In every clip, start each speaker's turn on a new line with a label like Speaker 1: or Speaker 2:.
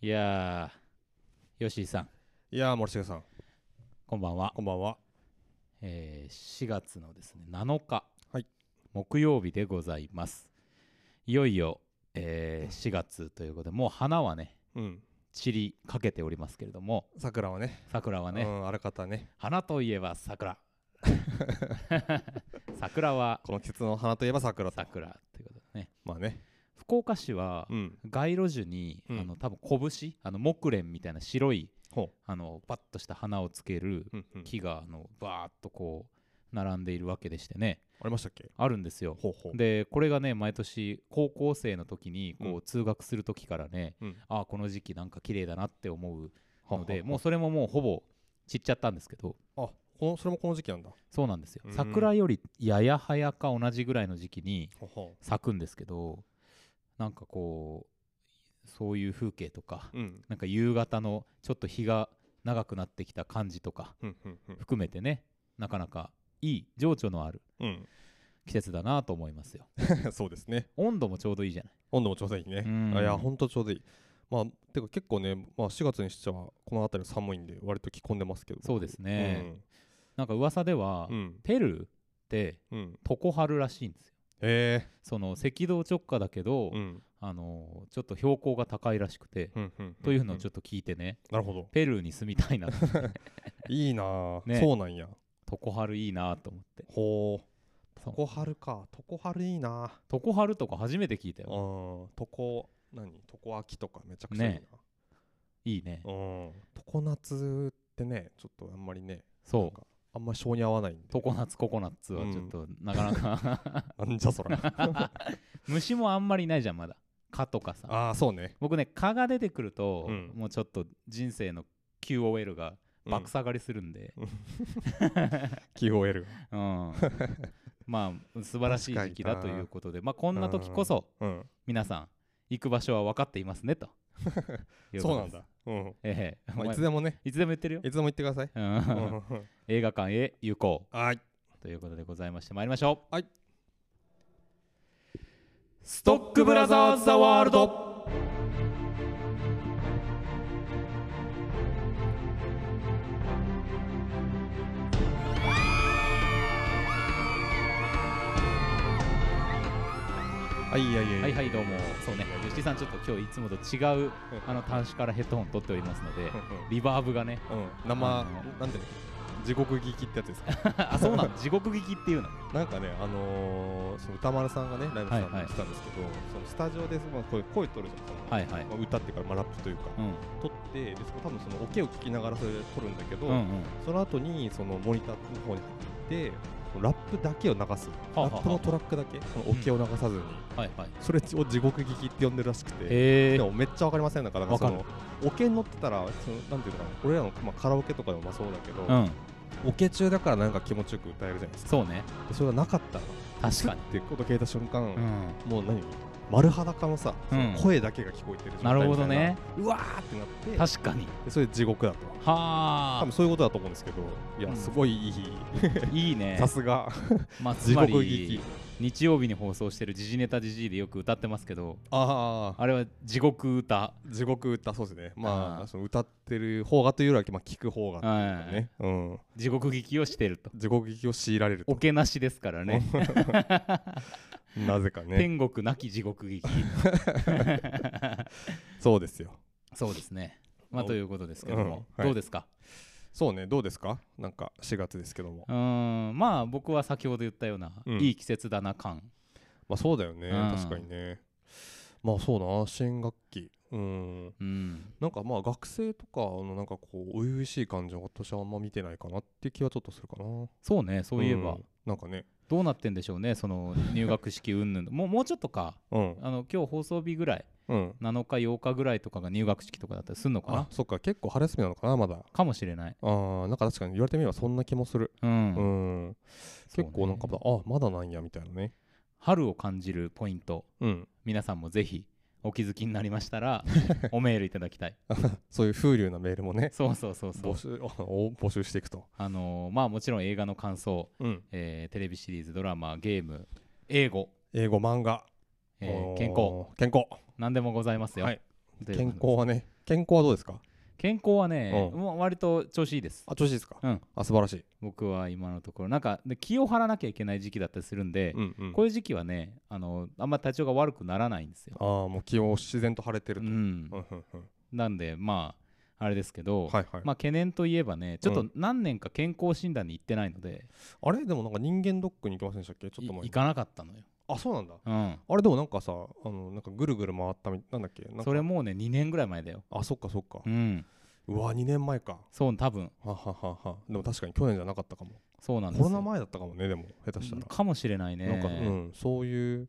Speaker 1: いやー、吉井さん、
Speaker 2: いやー森重さん
Speaker 1: こんばんは。
Speaker 2: こんばんは
Speaker 1: えー4月のですね7日、
Speaker 2: はい
Speaker 1: 木曜日でございます。いよいよ、えー4月ということで、もう花はね、
Speaker 2: うん
Speaker 1: 散りかけておりますけれども、
Speaker 2: 桜はね
Speaker 1: 桜はね、
Speaker 2: うんあらかたね
Speaker 1: 花といえば 桜。桜は
Speaker 2: この季節の花といえば桜と
Speaker 1: 桜ということでね。
Speaker 2: まあね
Speaker 1: 福岡市は、
Speaker 2: うん
Speaker 1: 街路樹に、
Speaker 2: うん
Speaker 1: あの多分拳あの木蓮みたいな白い
Speaker 2: ほ
Speaker 1: あのパッとした花をつける
Speaker 2: う、うんうん、
Speaker 1: 木があのバーっとこう並んでいるわけでしてね
Speaker 2: ありましたっけ
Speaker 1: あるんですよ
Speaker 2: ほうほう
Speaker 1: でこれがね毎年高校生の時にこ
Speaker 2: う
Speaker 1: う通学する時からね、
Speaker 2: うん
Speaker 1: ああこの時期なんか綺麗だなって思う
Speaker 2: は
Speaker 1: ので
Speaker 2: は
Speaker 1: もうそれももうほぼ散っちゃったんですけど
Speaker 2: あこのそれもこの時期なんだ
Speaker 1: そうなんですよ
Speaker 2: うん
Speaker 1: 桜よりやや早か同じぐらいの時期に
Speaker 2: ほうほ
Speaker 1: 咲くんですけどなんかこうそういう風景とか
Speaker 2: ううん
Speaker 1: なんか夕方のちょっと日が長くなってきた感じとか
Speaker 2: うんうんうん
Speaker 1: 含めてねなかなかいい情緒のある季節だなと思いますよ
Speaker 2: うん そうですね
Speaker 1: 温度もちょうどいいじゃない
Speaker 2: 温度もちょうどいいね
Speaker 1: うん
Speaker 2: あいやほんとちょうどいいまあてか結構ね、まあ、4月にしてはこの辺り寒いんで割と着込んでますけど
Speaker 1: そうですね、なんか噂では、
Speaker 2: うんうん
Speaker 1: ペルーって
Speaker 2: うん
Speaker 1: 常春らしいんですよ
Speaker 2: へえ
Speaker 1: その赤道直下だけど、
Speaker 2: うん
Speaker 1: あのちょっと標高が高いらしくて、
Speaker 2: うんうん
Speaker 1: というのをちょ
Speaker 2: っ
Speaker 1: っと聞いてね
Speaker 2: となるほど
Speaker 1: ペルーに住みたいなって
Speaker 2: いいなあ
Speaker 1: ね
Speaker 2: そうなんや
Speaker 1: 常春いいなと思って
Speaker 2: ほう
Speaker 1: そう
Speaker 2: 常春か常春いいな
Speaker 1: 常春とか初めて聞いた
Speaker 2: うん
Speaker 1: よ
Speaker 2: 常何常秋とかめちゃくちゃいいな、
Speaker 1: ねいいね
Speaker 2: うん常夏ってねちょっとあんまりねなん
Speaker 1: そう
Speaker 2: かあんまり性に合わないんで
Speaker 1: 常夏ココナッツはちょっとなかなか、
Speaker 2: なんじゃそら
Speaker 1: 虫もあんまりいないじゃんまだ蚊とかさ
Speaker 2: ああそうね
Speaker 1: 僕ね蚊が出てくると、
Speaker 2: うん
Speaker 1: もうちょっと人生の QOL が爆下がりするんで、
Speaker 2: QOL が
Speaker 1: うん まあ素晴らしい時期だ
Speaker 2: 確
Speaker 1: と
Speaker 2: かにな
Speaker 1: いうことで、まあ、こんな時こそ
Speaker 2: うん
Speaker 1: 皆さん行く場所は分かっていますね といこ
Speaker 2: そう
Speaker 1: と
Speaker 2: なん
Speaker 1: です
Speaker 2: だ、うん
Speaker 1: ええ
Speaker 2: まあ、いつ
Speaker 1: も
Speaker 2: でもね
Speaker 1: いつでも言ってるよ、
Speaker 2: いつでも言ってください
Speaker 1: うん
Speaker 2: うん
Speaker 1: 映画館へ行こ
Speaker 2: はいう
Speaker 1: ということでございまして参りましょう
Speaker 2: はい
Speaker 1: ストックブラザーズ・ザ・ワールド
Speaker 2: はいいやいやいや
Speaker 1: はいはいどうもそうね吉井さんちょっと今日いつもと違うあの端子からヘッドホン取っておりますのでリバーブがね
Speaker 2: うん、うん、生、
Speaker 1: あの
Speaker 2: なんていうの地獄聞きってやつですか
Speaker 1: あそうなの地獄劇っていうの
Speaker 2: なんかねあのー、その歌丸さんがねライブさんに
Speaker 1: はいはい
Speaker 2: 来たんですけど、そのスタジオでその声声取るじゃんその
Speaker 1: はいはい
Speaker 2: まあ、歌ってから、まあ、ラップというか、
Speaker 1: うん
Speaker 2: 撮ってでその多分そのオケを聞きながらそれで撮るんだけど、
Speaker 1: うんうん
Speaker 2: その後にそのモニターの方に入ってそのラップだけを流す
Speaker 1: あはあ
Speaker 2: ラップのトラックだけそのオケを流さずに、
Speaker 1: はいはい
Speaker 2: それを地獄聞きって呼んでるらしくて、
Speaker 1: え
Speaker 2: で
Speaker 1: ー
Speaker 2: もめっちゃわかりませんだからなんかそ
Speaker 1: わ
Speaker 2: のオケに乗ってたらそのなんていうのかな俺らの、まあ、カラオケとかでもまあそうだけど、
Speaker 1: うん
Speaker 2: オケ中だからなんか気持ちよく歌えるじゃないですか
Speaker 1: そうね
Speaker 2: でそれがなかったら
Speaker 1: 確かに
Speaker 2: ってことを聞いた瞬間、
Speaker 1: うん
Speaker 2: もう何丸裸のさ、
Speaker 1: うん
Speaker 2: 声だけが聞こえてる状
Speaker 1: なる
Speaker 2: 態みたい
Speaker 1: ほどね
Speaker 2: うわーってなって
Speaker 1: 確かに
Speaker 2: でそれで地獄だと多
Speaker 1: はあ
Speaker 2: 分そういうことだと思うんですけどい
Speaker 1: うん
Speaker 2: やすごいいい、
Speaker 1: いいね
Speaker 2: さすが
Speaker 1: まあつ
Speaker 2: 地
Speaker 1: ま
Speaker 2: 獄
Speaker 1: り
Speaker 2: 劇
Speaker 1: 日曜日に放送してる時事ネタ時事でよく歌ってますけど
Speaker 2: ああ
Speaker 1: あれは地獄歌
Speaker 2: 地獄歌そうですねまあ
Speaker 1: あー
Speaker 2: その歌ってる方がというよりは、まあ、聞く方がっていうかね、うん、
Speaker 1: 地獄劇をしてると
Speaker 2: 地獄劇を強いられる
Speaker 1: お
Speaker 2: と
Speaker 1: けなしですからね
Speaker 2: なぜかね
Speaker 1: 天国なき地獄 劇
Speaker 2: そうですよ
Speaker 1: そうですねまあ
Speaker 2: お
Speaker 1: ということですけども、
Speaker 2: うんはい
Speaker 1: どうですか
Speaker 2: そうねどうですかなんか4月ですけども
Speaker 1: うーんまあ僕は先ほど言ったような、
Speaker 2: うん
Speaker 1: いい季節だな感
Speaker 2: まあそうだよね、
Speaker 1: うん
Speaker 2: 確かにねまあそうだな新学期うん
Speaker 1: うん
Speaker 2: なんかまあ学生とかのなんかこう初々しい感じは私はあんま見てないかなって気はちょっとするかな
Speaker 1: そうねそういえば、
Speaker 2: んなんかね
Speaker 1: どうなってんでしょうねその入学式云々もうもうちょっとか
Speaker 2: うん
Speaker 1: あの今日放送日ぐらい
Speaker 2: うん
Speaker 1: 7日8日ぐらいとかが入学式とかだったりすんのか
Speaker 2: あ
Speaker 1: な
Speaker 2: そっか結構春休みなのかなまだ
Speaker 1: かもしれない
Speaker 2: あーなんか確かに言われてみればそんな気もする
Speaker 1: うん、
Speaker 2: うん、
Speaker 1: そうね
Speaker 2: 結構なんかまだあまだなんやみたいなね
Speaker 1: 春を感じるポイント
Speaker 2: うん
Speaker 1: 皆さんもぜひお気づきになりました らおメールいただきたい
Speaker 2: そういう風流なメールもね
Speaker 1: そうそうそうそう
Speaker 2: 募集 お募集していくと
Speaker 1: あのーまあもちろん映画の感想、
Speaker 2: うん
Speaker 1: えーテレビシリーズドラマゲーム英語、
Speaker 2: 英語漫画、
Speaker 1: えー
Speaker 2: おー
Speaker 1: 健康
Speaker 2: 健康
Speaker 1: 何でもございますよ、
Speaker 2: はい
Speaker 1: ということで
Speaker 2: 健康はね健康はどうですか
Speaker 1: 健康はね、
Speaker 2: う
Speaker 1: もう割と調子いいです
Speaker 2: あ調子いいですか、
Speaker 1: うん
Speaker 2: あ素晴らしい、
Speaker 1: 僕は今のところなんかで気を張らなきゃいけない時期だったりするんで、
Speaker 2: うんうん
Speaker 1: こういう時期はねあのあんま体調が悪くならないんですよ、
Speaker 2: ああもう気を自然と晴れてる
Speaker 1: う
Speaker 2: と、
Speaker 1: ん
Speaker 2: うんうんうん
Speaker 1: なんでまああれですけど、
Speaker 2: はいはい、
Speaker 1: まあ懸念といえばねちょっ
Speaker 2: う
Speaker 1: と何年か健康診断に行ってないので、
Speaker 2: あれでもなんか人間ドックに行きませんでしたっけちょっ
Speaker 1: い
Speaker 2: と前に
Speaker 1: 行かなかったのよ、
Speaker 2: あそうなんだ
Speaker 1: うん、
Speaker 2: あれでもなんかさあのなんかぐるぐる回ったみなんだっけなんか
Speaker 1: それもうね2年ぐらい前だよ
Speaker 2: あそっかそっか
Speaker 1: う、ん
Speaker 2: うわ2年前か
Speaker 1: そう多分
Speaker 2: ははははでも確かに去年じゃなかったかも
Speaker 1: そうなんです
Speaker 2: コ
Speaker 1: よ
Speaker 2: ロナ前だったかもねでも下手したら、
Speaker 1: かもしれないね
Speaker 2: なんか、うん、そういう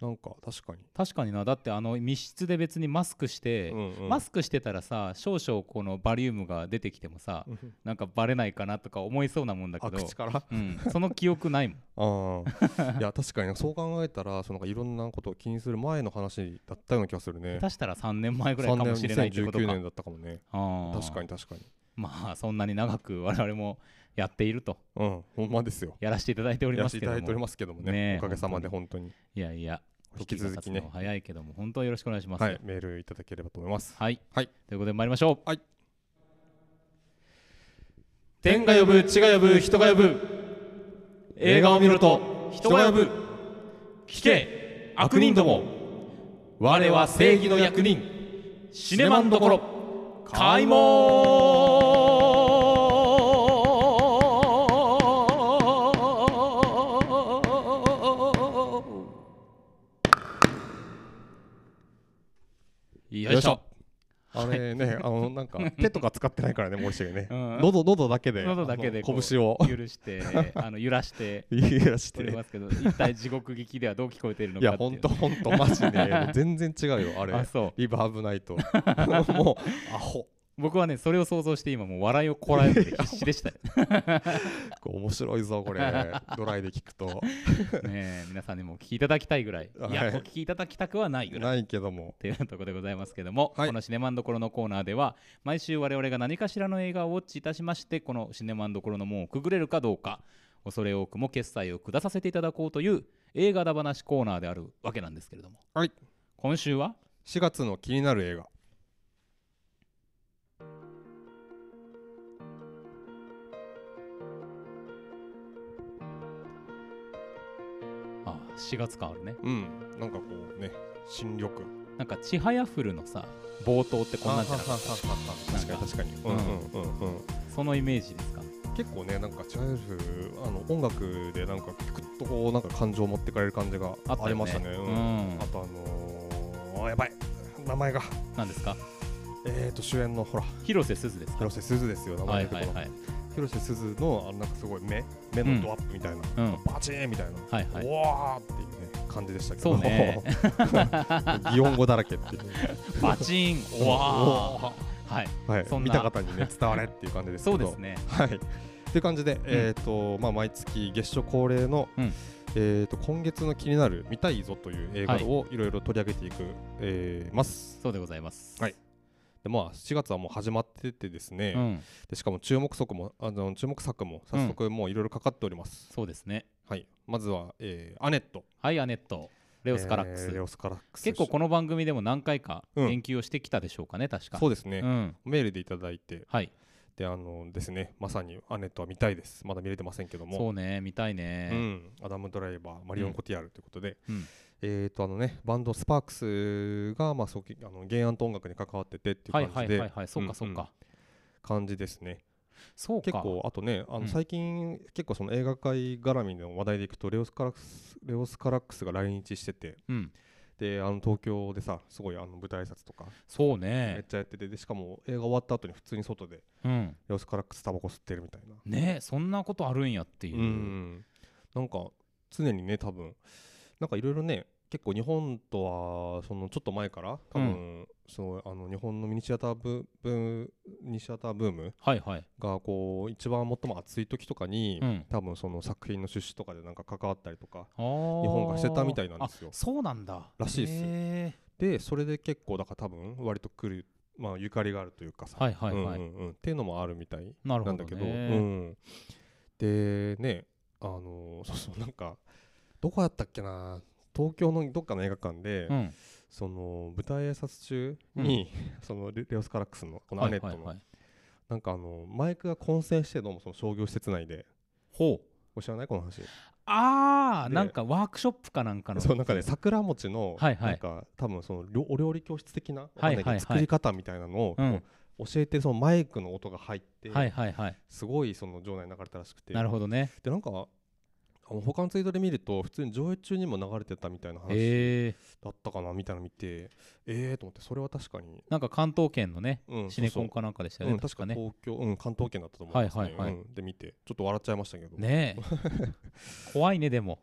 Speaker 2: なんか確かに、
Speaker 1: 確かになだってあの密室で別にマスクして、
Speaker 2: うんうん
Speaker 1: マスクしてたらさ少々このバリウムが出てきてもさ、
Speaker 2: うんうん
Speaker 1: なんかバレないかなとか思いそうなもんだけ
Speaker 2: あ
Speaker 1: ど
Speaker 2: 口から
Speaker 1: うん、その記憶 ないもん
Speaker 2: ああいや確かにそう考えたらそのなんかいろんなことを気にする前の話だったような気がするね
Speaker 1: 下手したら3年前ぐら
Speaker 2: 3
Speaker 1: いか
Speaker 2: 年
Speaker 1: もしれないってこと
Speaker 2: 2019
Speaker 1: か
Speaker 2: 年だったかもね
Speaker 1: あー
Speaker 2: 確かに確かに
Speaker 1: まあそんなに長く我々もやっていると
Speaker 2: うんほんまですよ
Speaker 1: やらせていただいており
Speaker 2: や
Speaker 1: ま
Speaker 2: らせ
Speaker 1: すけ
Speaker 2: ていた
Speaker 1: ど
Speaker 2: だいており
Speaker 1: も
Speaker 2: ますけどもね
Speaker 1: ねえ
Speaker 2: おかげさまで本当に
Speaker 1: いやいや
Speaker 2: 引き続き
Speaker 1: 時が経つの
Speaker 2: ね
Speaker 1: は早いけども本当によろしくお願いします、
Speaker 2: はいメールいただければと思います
Speaker 1: はい、
Speaker 2: はい
Speaker 1: ということで参りましょう
Speaker 2: はい
Speaker 1: 天が呼ぶ地が呼ぶ人が呼ぶ映画を見ろと人が呼ぶ聞け悪人ども我は正義の役人シネマンどころ開門よいしょ
Speaker 2: あれねあのなんか手とか使ってないからね森重ね
Speaker 1: うん
Speaker 2: 喉喉だけで
Speaker 1: 喉だけで
Speaker 2: あ
Speaker 1: こ
Speaker 2: の
Speaker 1: う
Speaker 2: 拳を
Speaker 1: 許してあの揺らして
Speaker 2: 揺らし
Speaker 1: おり
Speaker 2: て
Speaker 1: ますけど一体地獄劇ではどう聞こえているの
Speaker 2: い
Speaker 1: か
Speaker 2: や
Speaker 1: っていう
Speaker 2: ほんとほんとマジ でもう全然違うよあ
Speaker 1: あ
Speaker 2: れ
Speaker 1: そう
Speaker 2: リバーブないと もうアホ
Speaker 1: 僕はねそれを想像して今もう笑いをこらえて必死でしたよね
Speaker 2: こう面白いぞこれドライで聞くと
Speaker 1: え皆さんにもお聞きいただきたいぐらいいや
Speaker 2: はい
Speaker 1: お聞きいただきたくはないぐらい
Speaker 2: ないけども
Speaker 1: っていうところでございますけども、
Speaker 2: はい
Speaker 1: このシネマンどころのコーナーでは毎週我々が何かしらの映画をウォッチいたしましてこのシネマンどころの門をくぐれるかどうか恐れ多くも決済を下させていただこうという映画だ話コーナーであるわけなんですけれども、
Speaker 2: はい
Speaker 1: 今週は
Speaker 2: 4月の気になる映画
Speaker 1: あ4月感あるね
Speaker 2: うんなんかこうね新緑
Speaker 1: なんか「ちはやふる」のさ冒頭ってこんなんじゃなかっ
Speaker 2: あはははは確かに確かにうんうんうんうん
Speaker 1: たそのイメージですか
Speaker 2: 結構ねなんかチャイルフあの音楽でなんかピクッとこうなんか感情を持ってかれる感じが
Speaker 1: あったよね
Speaker 2: ありましたねうん
Speaker 1: うん
Speaker 2: あとあのー、やばい名前が
Speaker 1: 何ですか
Speaker 2: えーと主演のほら
Speaker 1: 広瀬すずですか
Speaker 2: 広瀬すずですよ名
Speaker 1: は
Speaker 2: 前
Speaker 1: い
Speaker 2: 出てこ
Speaker 1: は
Speaker 2: ない
Speaker 1: いはい、
Speaker 2: 広瀬すずのあのなんかすごい目目のドアップみたいな、
Speaker 1: うん、
Speaker 2: バチーンみたいな
Speaker 1: はいはい
Speaker 2: おわーっていうね感じでしたけど
Speaker 1: そうね
Speaker 2: 擬音語だらけっていう
Speaker 1: バチ ンおわーはい
Speaker 2: ー、はい
Speaker 1: そ、んな
Speaker 2: 見た方にね伝われっていう感じですけ
Speaker 1: そ
Speaker 2: ど
Speaker 1: うですね
Speaker 2: はいっていう感じで、えっ、とまあ毎月月初恒例の、
Speaker 1: うん
Speaker 2: えっ、と今月の気になる見たいぞという映画
Speaker 1: はい
Speaker 2: をいろいろ取り上げていく、えーます
Speaker 1: そうでございます
Speaker 2: はいでまあ4月はもう始まっててですね、
Speaker 1: うん
Speaker 2: でしかも注目作もあの注目作も早速もういろいろかかっております、
Speaker 1: そうですね
Speaker 2: はいまずは、えーアネット
Speaker 1: はいアネットレオス・カラックス、
Speaker 2: えーレオスカラックス
Speaker 1: 結構この番組でも何回か
Speaker 2: うん
Speaker 1: 言及をしてきたでしょうかね確か
Speaker 2: そううですね、
Speaker 1: ん
Speaker 2: メールでいただいて
Speaker 1: はい
Speaker 2: であのですねまさに「アネット」は見たいですまだ見れてませんけども
Speaker 1: そうね見たいね
Speaker 2: ん、アダム・ドライバーマリオン・コティアールということで、
Speaker 1: うん
Speaker 2: えー、とあのねバンドスパークスが、まあ、そうきあの原案と音楽に関わっててっていう
Speaker 1: はい
Speaker 2: 感じ
Speaker 1: は
Speaker 2: で、
Speaker 1: いはいはいそうかそう
Speaker 2: うん
Speaker 1: か、
Speaker 2: 感じですね
Speaker 1: そうか
Speaker 2: 結構あとねあ
Speaker 1: うん
Speaker 2: の最近、結構その映画界絡みの話題でいくとレオスカラックスレオスカラックスが来日してて
Speaker 1: うん
Speaker 2: であの東京でさすごいあの舞台挨拶とか
Speaker 1: そう
Speaker 2: めっ
Speaker 1: ね
Speaker 2: ちゃやっててでしかも映画終わった後に普通に外で
Speaker 1: うん
Speaker 2: レオスカラックスタバコ吸ってるみたいな
Speaker 1: ねそんなことあるんやっていう、
Speaker 2: うん、なんか常にね多分なんかいろいろね結構日本とはそのちょっと前から多分、そうあの日本のミニシアターブブーミニシアターブーム
Speaker 1: はいはい
Speaker 2: がこう一番最も熱い時とかに、
Speaker 1: うん
Speaker 2: 多分その作品の出資とかでなんか関わったりとか
Speaker 1: 日本
Speaker 2: 本がしてたみたいなんですよ
Speaker 1: そうなんだ
Speaker 2: らしいです
Speaker 1: へ
Speaker 2: でそれで結構だから多分割と来るまあゆかりがあるというかさ、
Speaker 1: ーはいはいはい、
Speaker 2: うんうんうん、っていうのもあるみたい
Speaker 1: なるほど、ね、
Speaker 2: なんだけど、うん、でねあ のそうそうなんかどこやったっけな東京のどっかの映画館で、
Speaker 1: うん
Speaker 2: その舞台挨拶中に、 そのレレオス・カラックスのこのアネットの、
Speaker 1: はいはいはい
Speaker 2: なんかあのマイクが混戦してどうもその商業施設内で
Speaker 1: ほう
Speaker 2: お知らないこの話
Speaker 1: ああ
Speaker 2: で
Speaker 1: なんかワークショップかなんかの
Speaker 2: そうなんかね桜餅の
Speaker 1: は
Speaker 2: ないんか、
Speaker 1: はい
Speaker 2: 多分その料お料理教室的なわかんないけど
Speaker 1: はいはいはい
Speaker 2: 作り方みたいなのを、
Speaker 1: うん
Speaker 2: 教えてるそのマイクの音が入って、
Speaker 1: はいはいはい
Speaker 2: すごいその場内に流れたらしくて
Speaker 1: なるほどね
Speaker 2: でなんかあの他のツイートで見ると普通に上映中にも流れてたみたいな話
Speaker 1: ええ
Speaker 2: だったかなみたいなの見てえーと思ってそれは確かに、
Speaker 1: なんか関東圏のね
Speaker 2: うん、
Speaker 1: シネコン
Speaker 2: そう
Speaker 1: かなんかでした
Speaker 2: そう
Speaker 1: よね、
Speaker 2: うん、確か
Speaker 1: ね
Speaker 2: 東京、うん、関東圏だったと思うんですね、
Speaker 1: はいはいはい
Speaker 2: うんで見てちょっと笑っちゃいましたけど、
Speaker 1: ねえ 怖いねでも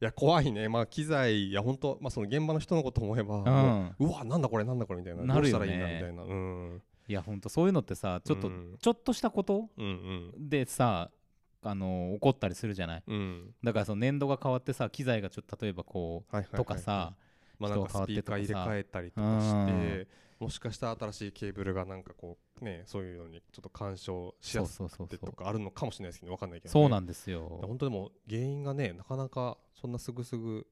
Speaker 2: いや怖いねまあ機材いや本当まあその現場の人のこと思えば、
Speaker 1: う
Speaker 2: もうんうわなんだこれなんだこれみたいな
Speaker 1: なるよね
Speaker 2: どうしたらいいんだみたいなうん
Speaker 1: いやほんとそういうのってさちょっと、
Speaker 2: うん
Speaker 1: ちょっとしたこと
Speaker 2: うんうん
Speaker 1: でさあの怒ったりするじゃない
Speaker 2: うん
Speaker 1: だからその年度が変わってさ機材がちょっと例えばこう、
Speaker 2: はいはいはい
Speaker 1: とかさ
Speaker 2: まあ、な
Speaker 1: 人
Speaker 2: ん
Speaker 1: が
Speaker 2: か
Speaker 1: 変わ
Speaker 2: ス
Speaker 1: って
Speaker 2: ピー
Speaker 1: と
Speaker 2: カー
Speaker 1: かさ
Speaker 2: 入れ替えたりとかしてもしかしたら新しいケーブルがなんかこうねそういうのにちょっと干渉し
Speaker 1: そ
Speaker 2: や
Speaker 1: う
Speaker 2: す
Speaker 1: そうそう
Speaker 2: くて
Speaker 1: そう
Speaker 2: とかあるのかもしれないですけど分かんないけどね、
Speaker 1: そうなんです
Speaker 2: だ
Speaker 1: よ
Speaker 2: から本当でも原因がねなかなかそんなすぐすぐ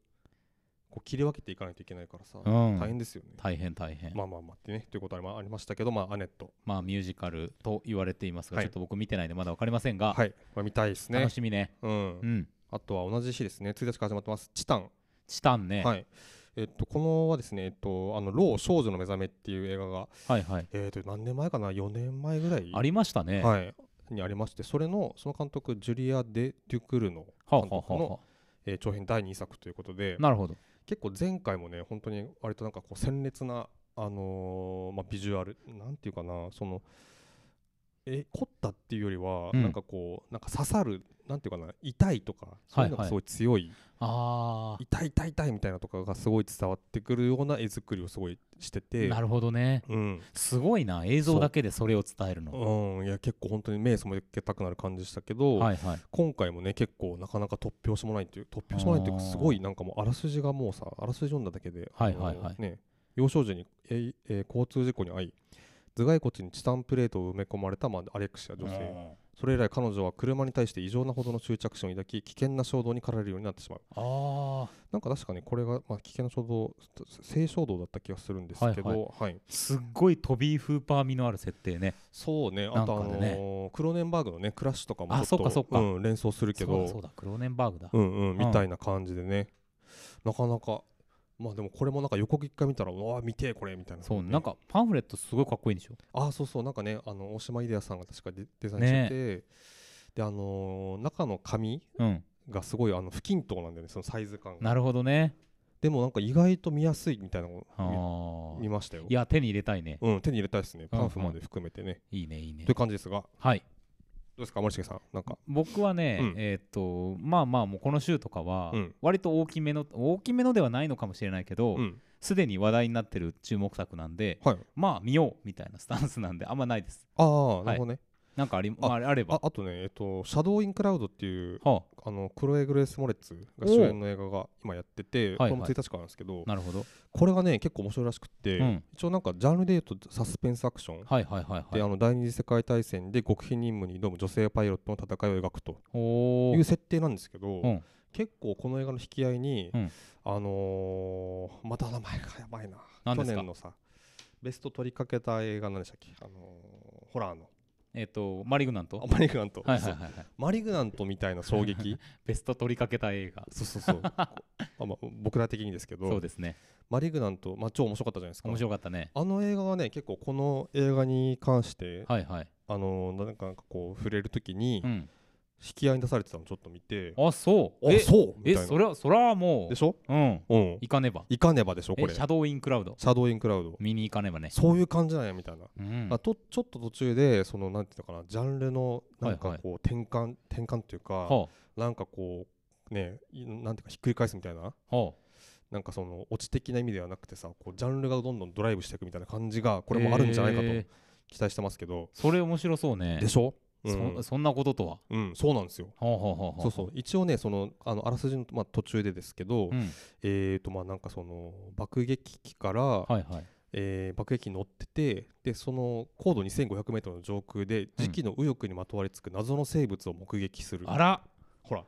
Speaker 2: こう切り分けていかないといけないからさ、
Speaker 1: うん
Speaker 2: 大変ですよね。
Speaker 1: 大変大変ま
Speaker 2: まあまあまあってねということはまあありましたけどまあアネット
Speaker 1: あミュージカルと言われていますが、
Speaker 2: はい
Speaker 1: ちょっと僕見てないんでまだ分かりませんが、
Speaker 2: はい、まあ、見たいですね
Speaker 1: 楽。しみね
Speaker 2: うん
Speaker 1: う、ん
Speaker 2: あとは同じ日ですね1日から始まってます「チタン」
Speaker 1: チタンね、
Speaker 2: はいえっと、このはですね、えっと、あのロー少女の目覚めっていう映画が、
Speaker 1: はいはい
Speaker 2: えっと、何年前かな、4年前ぐらい、
Speaker 1: ありましたね、は
Speaker 2: はい、にありまして、それのその監督、ジュリア・デ・デュクルの
Speaker 1: あは
Speaker 2: 監
Speaker 1: あは
Speaker 2: 督
Speaker 1: あは
Speaker 2: の、えー長編第2作ということで
Speaker 1: あ、なるほど
Speaker 2: 結構前回もね、本当に割となんかこう鮮烈な、あのーまあ、ビジュアル、なんていうかな、その、え凝ったっていうよりは、
Speaker 1: うん
Speaker 2: なんかこう、なんか刺さる、なんていうかな、痛いとか、そういうの
Speaker 1: はいは
Speaker 2: が
Speaker 1: い
Speaker 2: すごい強い
Speaker 1: あ
Speaker 2: 痛い痛い痛いみたいなとかがすごい伝わってくるような絵作りをすごいして
Speaker 1: ー
Speaker 2: て
Speaker 1: なるほどね
Speaker 2: うん、
Speaker 1: すごいな映像だけでそれを伝えるの
Speaker 2: うん、いや結構本当に目背けたくなる感じでしたけど、
Speaker 1: はいはい
Speaker 2: 今回もね結構なかなか突拍子もないっていう突拍子もないっていうか
Speaker 1: あー
Speaker 2: すごいなんかもうあらすじがもうさあらすじ読んだだけで、
Speaker 1: はいはいはい
Speaker 2: あのね、幼少時に、えいえー交通事故に遭い頭蓋骨にチタンプレートを埋め込まれた、まあ、アレクシア女性それ以来彼女は車に対して異常なほどの執着心を抱き危険な衝動に駆られるようになってしまう
Speaker 1: あー
Speaker 2: なんか確かにこれが、まあ、危険な衝動性衝動だった気がするんですけど、
Speaker 1: は
Speaker 2: はいい
Speaker 1: すっごいトビー・フーパー味のある設定ね
Speaker 2: そうね
Speaker 1: な
Speaker 2: あ
Speaker 1: んか
Speaker 2: とあ
Speaker 1: ね
Speaker 2: のークローネンバーグのねクラッシュとかも
Speaker 1: あ
Speaker 2: ちょっと
Speaker 1: そっかそっか
Speaker 2: うん、連想するけ
Speaker 1: そうだそう
Speaker 2: ど
Speaker 1: だクローネンバーグだ、
Speaker 2: うんうん
Speaker 1: うん
Speaker 2: みたいな感じでね、なかなかまあでもこれもなんか予告一回見たらうわー見てえこれみたいな、
Speaker 1: そう
Speaker 2: ね
Speaker 1: なんかパンフレットすごいかっこいいんでしょ
Speaker 2: あそうそうなんかねあの大島イデアさんが確かデデザインしてて、であのー中の紙
Speaker 1: うん
Speaker 2: がすごいあの不均等なんだよねそのサイズ感が
Speaker 1: なるほどね
Speaker 2: でもなんか意外と見やすいみたいなの
Speaker 1: あ
Speaker 2: を
Speaker 1: ー
Speaker 2: 見ましたよ
Speaker 1: いや手に入れたいね
Speaker 2: うん、手に入れたいですね、
Speaker 1: うん
Speaker 2: パンフまで含めてね。
Speaker 1: いいねいいね
Speaker 2: という感じですが、ど
Speaker 1: はい、
Speaker 2: うですか、森重さん、なんか、
Speaker 1: 僕はね、
Speaker 2: うん
Speaker 1: えーっとまあまあもうこの週とかは
Speaker 2: うん
Speaker 1: 割と大きめの大きめのではないのかもしれないけど
Speaker 2: うん、
Speaker 1: すで、に話題になってる注目作なんで
Speaker 2: はい、
Speaker 1: まあ見ようみたいなスタンスなんであんまないです
Speaker 2: ああ、なるほどね、
Speaker 1: なんかあり
Speaker 2: あ
Speaker 1: まあ、あれば
Speaker 2: ああとね、えっと、シャドー・イン・クラウドっていう、
Speaker 1: は
Speaker 2: あのクロエ・グレース・モレッツが主演の映画が今やってて、
Speaker 1: はい
Speaker 2: これも1日からなんですけど、
Speaker 1: あなるほど
Speaker 2: これがね、結構面白いらしくって、
Speaker 1: うん
Speaker 2: 一応、なんか、ジャンルで言うと、サスペンスアクション。
Speaker 1: はいはいはい
Speaker 2: で
Speaker 1: は
Speaker 2: あ
Speaker 1: い
Speaker 2: の第二次世界大戦で極秘任務に挑む女性パイロットの戦いを描くと
Speaker 1: お
Speaker 2: い
Speaker 1: ー
Speaker 2: う設定なんですけど、
Speaker 1: うん
Speaker 2: 結構この映画の引き合いに、
Speaker 1: うん
Speaker 2: あのーまた名前がやばいな
Speaker 1: 何です
Speaker 2: 去
Speaker 1: か
Speaker 2: 年のさベスト取りかけた映画なんでしたっけ、あのーホラーの
Speaker 1: えーっとマリグナント
Speaker 2: あマリグナント、
Speaker 1: はいはい
Speaker 2: そう
Speaker 1: はいはい
Speaker 2: マリグナントみたいな衝撃
Speaker 1: ベスト取りかけた映画
Speaker 2: そうそうそう あ、まあ、僕ら的にですけ
Speaker 1: そう
Speaker 2: ど
Speaker 1: ですね
Speaker 2: マリグナント、まあ、超面白かったじゃないですか
Speaker 1: 面白かったね
Speaker 2: あの映画はね結構この映画に関して、
Speaker 1: はいはい
Speaker 2: あのーなんかこう触れるときに
Speaker 1: うん
Speaker 2: 引き合いに出されてたのちょっと見て、
Speaker 1: あそう
Speaker 2: あ
Speaker 1: え
Speaker 2: そうみ
Speaker 1: え
Speaker 2: たい
Speaker 1: そ
Speaker 2: な
Speaker 1: れはそれはも
Speaker 2: でしょ、
Speaker 1: ううん
Speaker 2: うん、
Speaker 1: 行かねば
Speaker 2: いかねばでしょこ
Speaker 1: え
Speaker 2: れ
Speaker 1: シ
Speaker 2: シ
Speaker 1: ャドウインクラウド
Speaker 2: ャドーインクラウド
Speaker 1: 見に行かねばね
Speaker 2: そういう感じなんやみたいな、
Speaker 1: うん
Speaker 2: あとちょっと途中でそのなんていうのかなジャンルのなん
Speaker 1: は
Speaker 2: か
Speaker 1: い
Speaker 2: こう転換、転換っていうか、
Speaker 1: は
Speaker 2: なんかこうねいなんていうかひっくり返すみたいな
Speaker 1: あは
Speaker 2: なんかそのオチ的な意味ではなくてさこうジャンルがどんどんドライブしていくみたいな感じがこれもあるんじゃないかと
Speaker 1: えー
Speaker 2: 期待してますけど、
Speaker 1: それ面白そうね
Speaker 2: でしょ、うん
Speaker 1: そそんなこととは
Speaker 2: うん、そうなんですよ
Speaker 1: はあはあはあはあ
Speaker 2: そうそう一応ねそのあのあらすじの、まあ、途中でですけ
Speaker 1: う
Speaker 2: ど、
Speaker 1: ん
Speaker 2: えーとまあなんかその爆撃機から、
Speaker 1: はいはい
Speaker 2: えー爆撃機に乗っててでその高度 2500m の上空
Speaker 1: う
Speaker 2: で
Speaker 1: ん
Speaker 2: 磁気の右翼にまとわりつく謎の生物を目撃する、
Speaker 1: あら
Speaker 2: ほら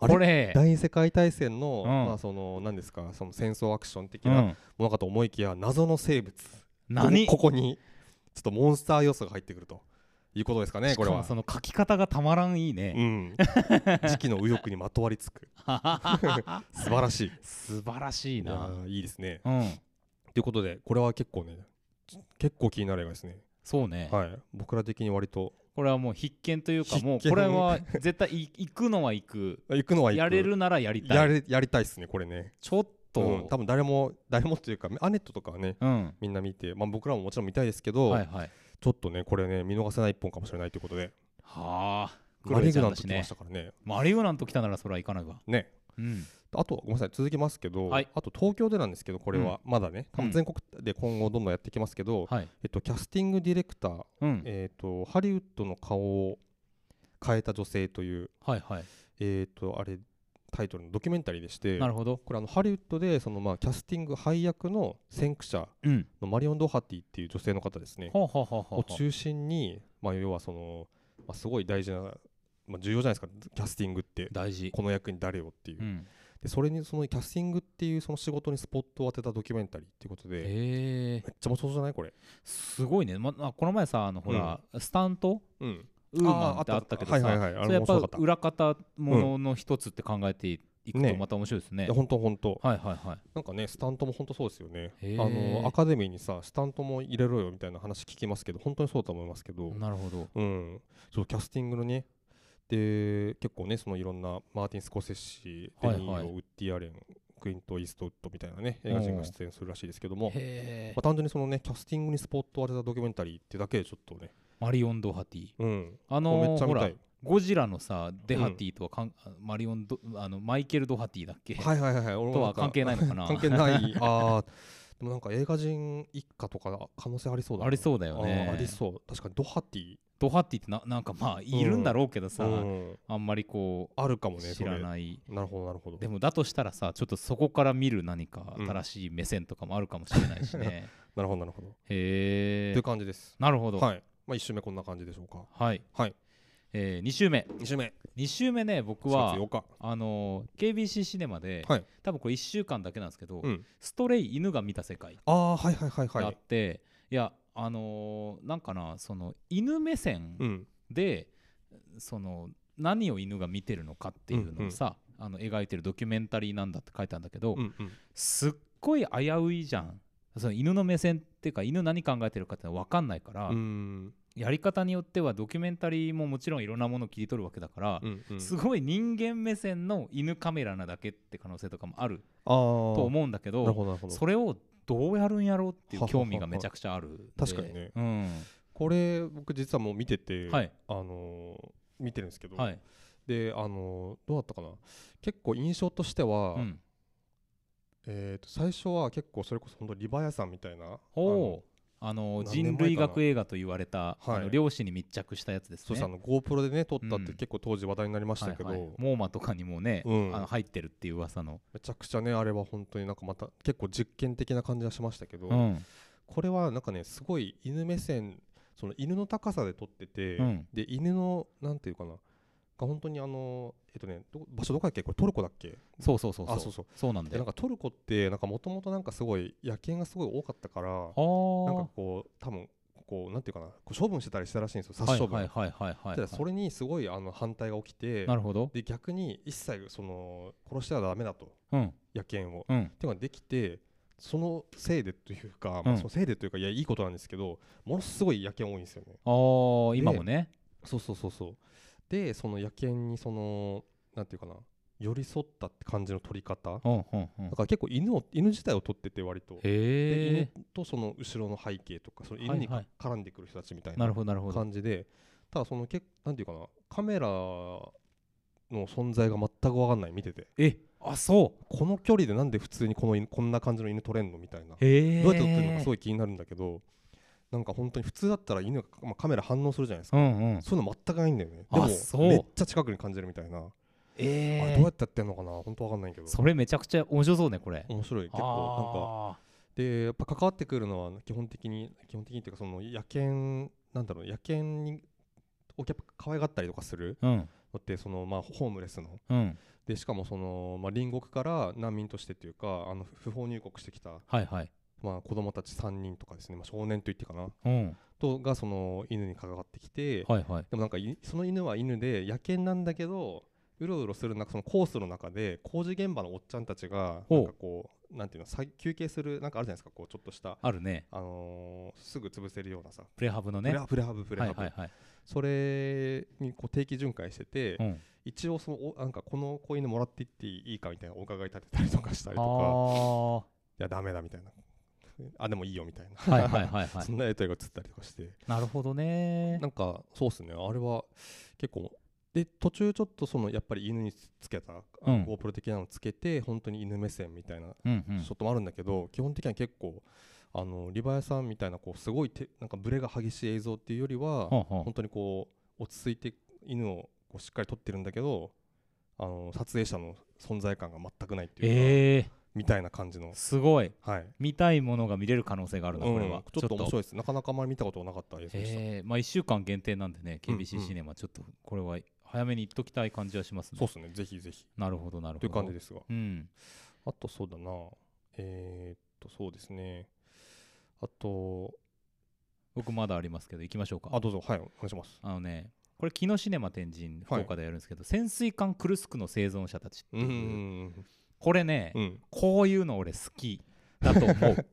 Speaker 2: あれ
Speaker 1: これ
Speaker 2: 大世界大戦の、
Speaker 1: うん
Speaker 2: まあその何ですかその戦争アクション的
Speaker 1: う
Speaker 2: なんも
Speaker 1: ん、
Speaker 2: のかと思いきや、謎の生物
Speaker 1: 何
Speaker 2: ここここにちょっとモンスター要素が入ってくるということですかね
Speaker 1: し
Speaker 2: これ
Speaker 1: かも
Speaker 2: は
Speaker 1: その書き方がたまらんいいね、
Speaker 2: うん時期の右翼にまとわり つく素晴らしい
Speaker 1: 素晴らしい
Speaker 2: いや
Speaker 1: な
Speaker 2: ーいいですね
Speaker 1: うん
Speaker 2: ということでこれは結構ね結構気になる映画ですね
Speaker 1: そうね、
Speaker 2: はい僕ら的に割と
Speaker 1: これはもう必見というかもう
Speaker 2: 必見
Speaker 1: これは絶対い行くのは行く
Speaker 2: 行くのは行く
Speaker 1: やれるならやりたい
Speaker 2: やれやりたいですねこれね
Speaker 1: ちょっと、
Speaker 2: うん多分誰も誰もというかアネットとかはね
Speaker 1: うん、
Speaker 2: みんな見て、まあ、僕らももちろん見たいですけど、
Speaker 1: はいはい
Speaker 2: ちょっとねこれね見逃せない一本かもしれないということで
Speaker 1: はあ
Speaker 2: マリグナント来
Speaker 1: ね
Speaker 2: ましたからね
Speaker 1: マリグナント来たならそれは行かないわ
Speaker 2: ね
Speaker 1: うん
Speaker 2: あとごめんなさい続きますけど、
Speaker 1: はい
Speaker 2: あと東京でなんですけどこれはまだね、多
Speaker 1: うん
Speaker 2: 分全国で今後どんどんやっていきますけど、
Speaker 1: はい
Speaker 2: えっと、キャスティングディレクター、
Speaker 1: うん
Speaker 2: えっとハリウッドの顔を変えた女性という、
Speaker 1: はいはい
Speaker 2: えっとあれタイトルのドキュメンタリーでして
Speaker 1: なるほど
Speaker 2: これあのハリウッドでそのまあキャスティング配役の先駆者
Speaker 1: うん
Speaker 2: のマリオン・ドハティっていう女性の方ですね
Speaker 1: はあはあはあ
Speaker 2: を
Speaker 1: はあ
Speaker 2: 中心に、まあ、要はその、まあ、すごい大事な、まあ、重要じゃないですかキャスティングって
Speaker 1: 大事
Speaker 2: この役に誰をっていう、
Speaker 1: うん
Speaker 2: でそれにそのキャスティングっていうその仕事にスポットを当てたドキュメンタリーっていうことで、
Speaker 1: へえ
Speaker 2: めっちゃ面白そうじゃないこれ、
Speaker 1: すごいねままあこの前さあのほらスタント
Speaker 2: うん、
Speaker 1: ウーマンってあったけどさ
Speaker 2: はいはいは
Speaker 1: そ
Speaker 2: いあれ
Speaker 1: れや
Speaker 2: 面
Speaker 1: っ
Speaker 2: 白か
Speaker 1: ぱ
Speaker 2: ったい
Speaker 1: 裏方ものの一つって考えていくと
Speaker 2: ね
Speaker 1: また面白いですね
Speaker 2: や本当本当
Speaker 1: はいはいはい
Speaker 2: なんかねスタントも本当そうですよねあ
Speaker 1: へー
Speaker 2: のアカデミーにさスタントも入れろよみたいな話聞きますけど本当にそうだと思いますけど、
Speaker 1: なるほど
Speaker 2: うん、そうキャスティングのねで結構ねそのいろんなマーティン・スコセッシデ
Speaker 1: はい
Speaker 2: ニーロ、
Speaker 1: はい
Speaker 2: ウッディ・アレンクイント・イーストウッドみたいなね映画人が出演するらしいですけども、
Speaker 1: へ
Speaker 2: ま
Speaker 1: え
Speaker 2: あ、単純にそのねキャスティングにスポットを当てたドキュメンタリーってだけでちょっとね、
Speaker 1: マリオン・ドハティ
Speaker 2: うん、
Speaker 1: あ
Speaker 2: もうめ
Speaker 1: の
Speaker 2: っちゃ
Speaker 1: ー
Speaker 2: 見
Speaker 1: ほ
Speaker 2: た
Speaker 1: ら
Speaker 2: い
Speaker 1: ゴジラのさデハティとはかんマリオンドあのマイケル・ドハティだっけ
Speaker 2: はいはいはいはい俺
Speaker 1: と
Speaker 2: もな
Speaker 1: は
Speaker 2: んか
Speaker 1: 関係ないのかな
Speaker 2: 関係ない あーでもなんか映画人一家とか可能性ありそうだな
Speaker 1: ありそうだよ
Speaker 2: あーあ
Speaker 1: ね
Speaker 2: りそう確かにドハティ
Speaker 1: ドハティってななんかまあいるんだろうけどさ、
Speaker 2: うん
Speaker 1: あんまりこ
Speaker 2: あるか
Speaker 1: う
Speaker 2: もね
Speaker 1: 知ら
Speaker 2: それ
Speaker 1: ない
Speaker 2: なるほどなるほど
Speaker 1: でもだとしたらさちょっとそこから見る何か
Speaker 2: うん
Speaker 1: 新しい目線とかもあるかもしれないし ね
Speaker 2: なるほどなるほど
Speaker 1: へえ
Speaker 2: という感じです
Speaker 1: なるほどはい、
Speaker 2: はいまあ1周目こんな感じでしょうかはい
Speaker 1: え2週目
Speaker 2: 2週目
Speaker 1: 2週目ね僕は
Speaker 2: 4月8日
Speaker 1: あのー KBC シネマで、
Speaker 2: はい
Speaker 1: 多分これ1週間だけなんですけど、
Speaker 2: うん
Speaker 1: ストレイ犬が見た世界
Speaker 2: ああはいはいはい
Speaker 1: が
Speaker 2: は
Speaker 1: あっ
Speaker 2: い
Speaker 1: て、い、やあのーなんかなその犬目線、
Speaker 2: うん
Speaker 1: でその何を犬が見てるのかっていうのをさ、あの描いてるドキュメンタリーなんだって書いたんだけど、
Speaker 2: うんうん
Speaker 1: すっごい危ういじゃんその犬の目線っていうか犬何考えてるかってのは分かんないから、
Speaker 2: うん
Speaker 1: やり方によってはドキュメンタリーももちろんいろんなものを切り取るわけだから
Speaker 2: う、んうん
Speaker 1: すごい人間目線の犬カメラなだけって可能性とかもある
Speaker 2: あー
Speaker 1: と思うんだけど
Speaker 2: なるほどなるほど
Speaker 1: それをどうやるんやろうっていう
Speaker 2: ははは
Speaker 1: 興
Speaker 2: は
Speaker 1: 味がめちゃくちゃあるんで
Speaker 2: 確かにね
Speaker 1: うん、
Speaker 2: これ僕実はもう見てて
Speaker 1: はい
Speaker 2: あのー見てるんですけど
Speaker 1: はい、
Speaker 2: であのーどうだったかな結構印象としては
Speaker 1: うん、
Speaker 2: えーと最初は結構それこそ本当リバヤさんみたいな
Speaker 1: ほうあの
Speaker 2: 何
Speaker 1: 人
Speaker 2: 年前かな
Speaker 1: 類学映画と言われた、
Speaker 2: はい
Speaker 1: あの漁師に密着したやつで
Speaker 2: あの
Speaker 1: す
Speaker 2: そう
Speaker 1: ね。
Speaker 2: ですあの GoPro でね撮ったって
Speaker 1: うん
Speaker 2: 結構当時話題になりまし
Speaker 1: はい
Speaker 2: た
Speaker 1: はい
Speaker 2: けどめ
Speaker 1: モーマとかにもね、
Speaker 2: うん
Speaker 1: あの入ってるっていう噂の、
Speaker 2: ちゃくちゃねあれは本当になんかまた結構実験的な感じがしましたけど
Speaker 1: うん
Speaker 2: これはなんかねすごい犬目線その犬の高さで撮ってて、
Speaker 1: うん
Speaker 2: で犬のなんていうかなが本当にあのえっとねど場所どこだっけこれトルコだっけ
Speaker 1: そうそうそうそう
Speaker 2: あそうそう
Speaker 1: なんだ
Speaker 2: でな
Speaker 1: よ
Speaker 2: んかトルコってなんかもともとなんかすごい野犬がすごい多かったから
Speaker 1: あー
Speaker 2: なんかこう多分こうなんていうかなこう処分してたりしたらしいんですよ
Speaker 1: は
Speaker 2: 殺
Speaker 1: い
Speaker 2: 処分、
Speaker 1: はいはいはいはい、
Speaker 2: ただそれにすごいあの反対が起きて
Speaker 1: なるほど、
Speaker 2: で逆に一切その殺してはダメだと
Speaker 1: うん
Speaker 2: 野犬を
Speaker 1: うん、
Speaker 2: っていうのができてそのせいでというか、ま
Speaker 1: う
Speaker 2: あ、
Speaker 1: ん
Speaker 2: そのせいでというかいやいいことなんですけどものすごい野犬多いんですよね
Speaker 1: あー今もね、
Speaker 2: そうそうそうそうでその野犬にそのなんていうかな寄り添ったって感じの取り方
Speaker 1: うんうんうん
Speaker 2: だ、から結構犬を犬自体を取ってて割とで犬
Speaker 1: へえ
Speaker 2: とその後ろの背景とかその犬
Speaker 1: はい
Speaker 2: にか
Speaker 1: はい
Speaker 2: 絡んでくる人たちみたい
Speaker 1: な
Speaker 2: な
Speaker 1: るほどなるほど
Speaker 2: 感じでただそのけなんていうかなカメラの存在が全く分かんない見てて
Speaker 1: えあそう
Speaker 2: この距離でなんで普通にこの犬こんな感じの犬撮れんのみたいな
Speaker 1: へえ
Speaker 2: どうやって撮ってるのかす
Speaker 1: う
Speaker 2: ごい気になるんだけどなんか本当に普通だったら犬が、まあ、カメラ反応するじゃないですか、
Speaker 1: んうん
Speaker 2: そういうの全くないんだよね
Speaker 1: あ
Speaker 2: でも
Speaker 1: そう
Speaker 2: めっちゃ近くに感じるみたいな、
Speaker 1: え
Speaker 2: あれどうやってやってんのかな本当わかんないけど
Speaker 1: それめちゃくちゃ面白そうねこれ
Speaker 2: 面白い結構
Speaker 1: あ
Speaker 2: なんかでやっぱ関わってくるのは基本的に基本的にっていうかその野犬なんだろう野犬にをやっぱ可愛がったりとかする
Speaker 1: ーうん
Speaker 2: ってそのまあホームレスの
Speaker 1: うん
Speaker 2: でしかもその、まあ、隣国から難民としてっていうかあの不法入国してきた、
Speaker 1: はいはい
Speaker 2: まあ、子供たち3人とかですね、まあ、少年と言ってかな
Speaker 1: うん
Speaker 2: とがその犬に関わってきて、
Speaker 1: はいはい
Speaker 2: でもなんかいその犬は犬で野犬なんだけどうろうろする中そのコースの中で工事現場のおっちゃんたちが
Speaker 1: ほう
Speaker 2: なんかこうなんていうのさ休憩するなんかあるじゃないですかこうちょっとした、
Speaker 1: あるね
Speaker 2: あのーすぐ潰せるようなさ、
Speaker 1: プレハブの
Speaker 2: プ
Speaker 1: ね
Speaker 2: レハプレハブプレ
Speaker 1: は
Speaker 2: ハ
Speaker 1: い
Speaker 2: ブ、
Speaker 1: はいはい
Speaker 2: それにこう定期巡回してて、
Speaker 1: うん
Speaker 2: 一応そのおなんかこの子犬もらっていっていいかみたいなお伺い立てたりとかしたり
Speaker 1: あ
Speaker 2: と
Speaker 1: あ
Speaker 2: か
Speaker 1: はい
Speaker 2: やダメだみたいなあでもいいよみたい
Speaker 1: い
Speaker 2: な、
Speaker 1: はいはいは
Speaker 2: そ
Speaker 1: い
Speaker 2: んなやり取りが映ったりとかして
Speaker 1: なるほどね
Speaker 2: なんかそうっすねあれは結構で途中ちょっとそのやっぱり犬につつけた、あ
Speaker 1: うん
Speaker 2: の GoPro 的なのつけて本当に犬目線みたいな
Speaker 1: うんう
Speaker 2: ショットもあるんだけど、基本的には結構あのリバヤさんみたいなこうすごいてなんかブレが激しい映像っていうよりは、
Speaker 1: ほうほう
Speaker 2: 本当にこう落ち着いて犬をこうしっかり撮ってるんだけどあの撮影者の存在感が全くないっていうか、
Speaker 1: ええ
Speaker 2: みたいな感じの
Speaker 1: すごい
Speaker 2: はい
Speaker 1: 見たいものが見れる可能性があるなこれは
Speaker 2: うんちょっと面白いですなかなかあまり見たことがなかった映像でした、
Speaker 1: ええまあ1週間限定なんでね
Speaker 2: うん
Speaker 1: KBC
Speaker 2: うん
Speaker 1: シネマちょっとこれは早めに言っときたい感じはしますね
Speaker 2: そうですねぜひぜひ
Speaker 1: なるほどなるほど
Speaker 2: という感じですが
Speaker 1: うん
Speaker 2: あとそうだなえー、っとそうですねあと
Speaker 1: 僕まだありますけど行きましょうか
Speaker 2: あどうぞはいお願いします
Speaker 1: あのねこれ木のシネマ天神福岡でやるんですけど、潜水艦クルスクの生存者たちって
Speaker 2: う
Speaker 1: いうん
Speaker 2: うん
Speaker 1: これね、
Speaker 2: うんうん
Speaker 1: こういうの俺好きだと思 う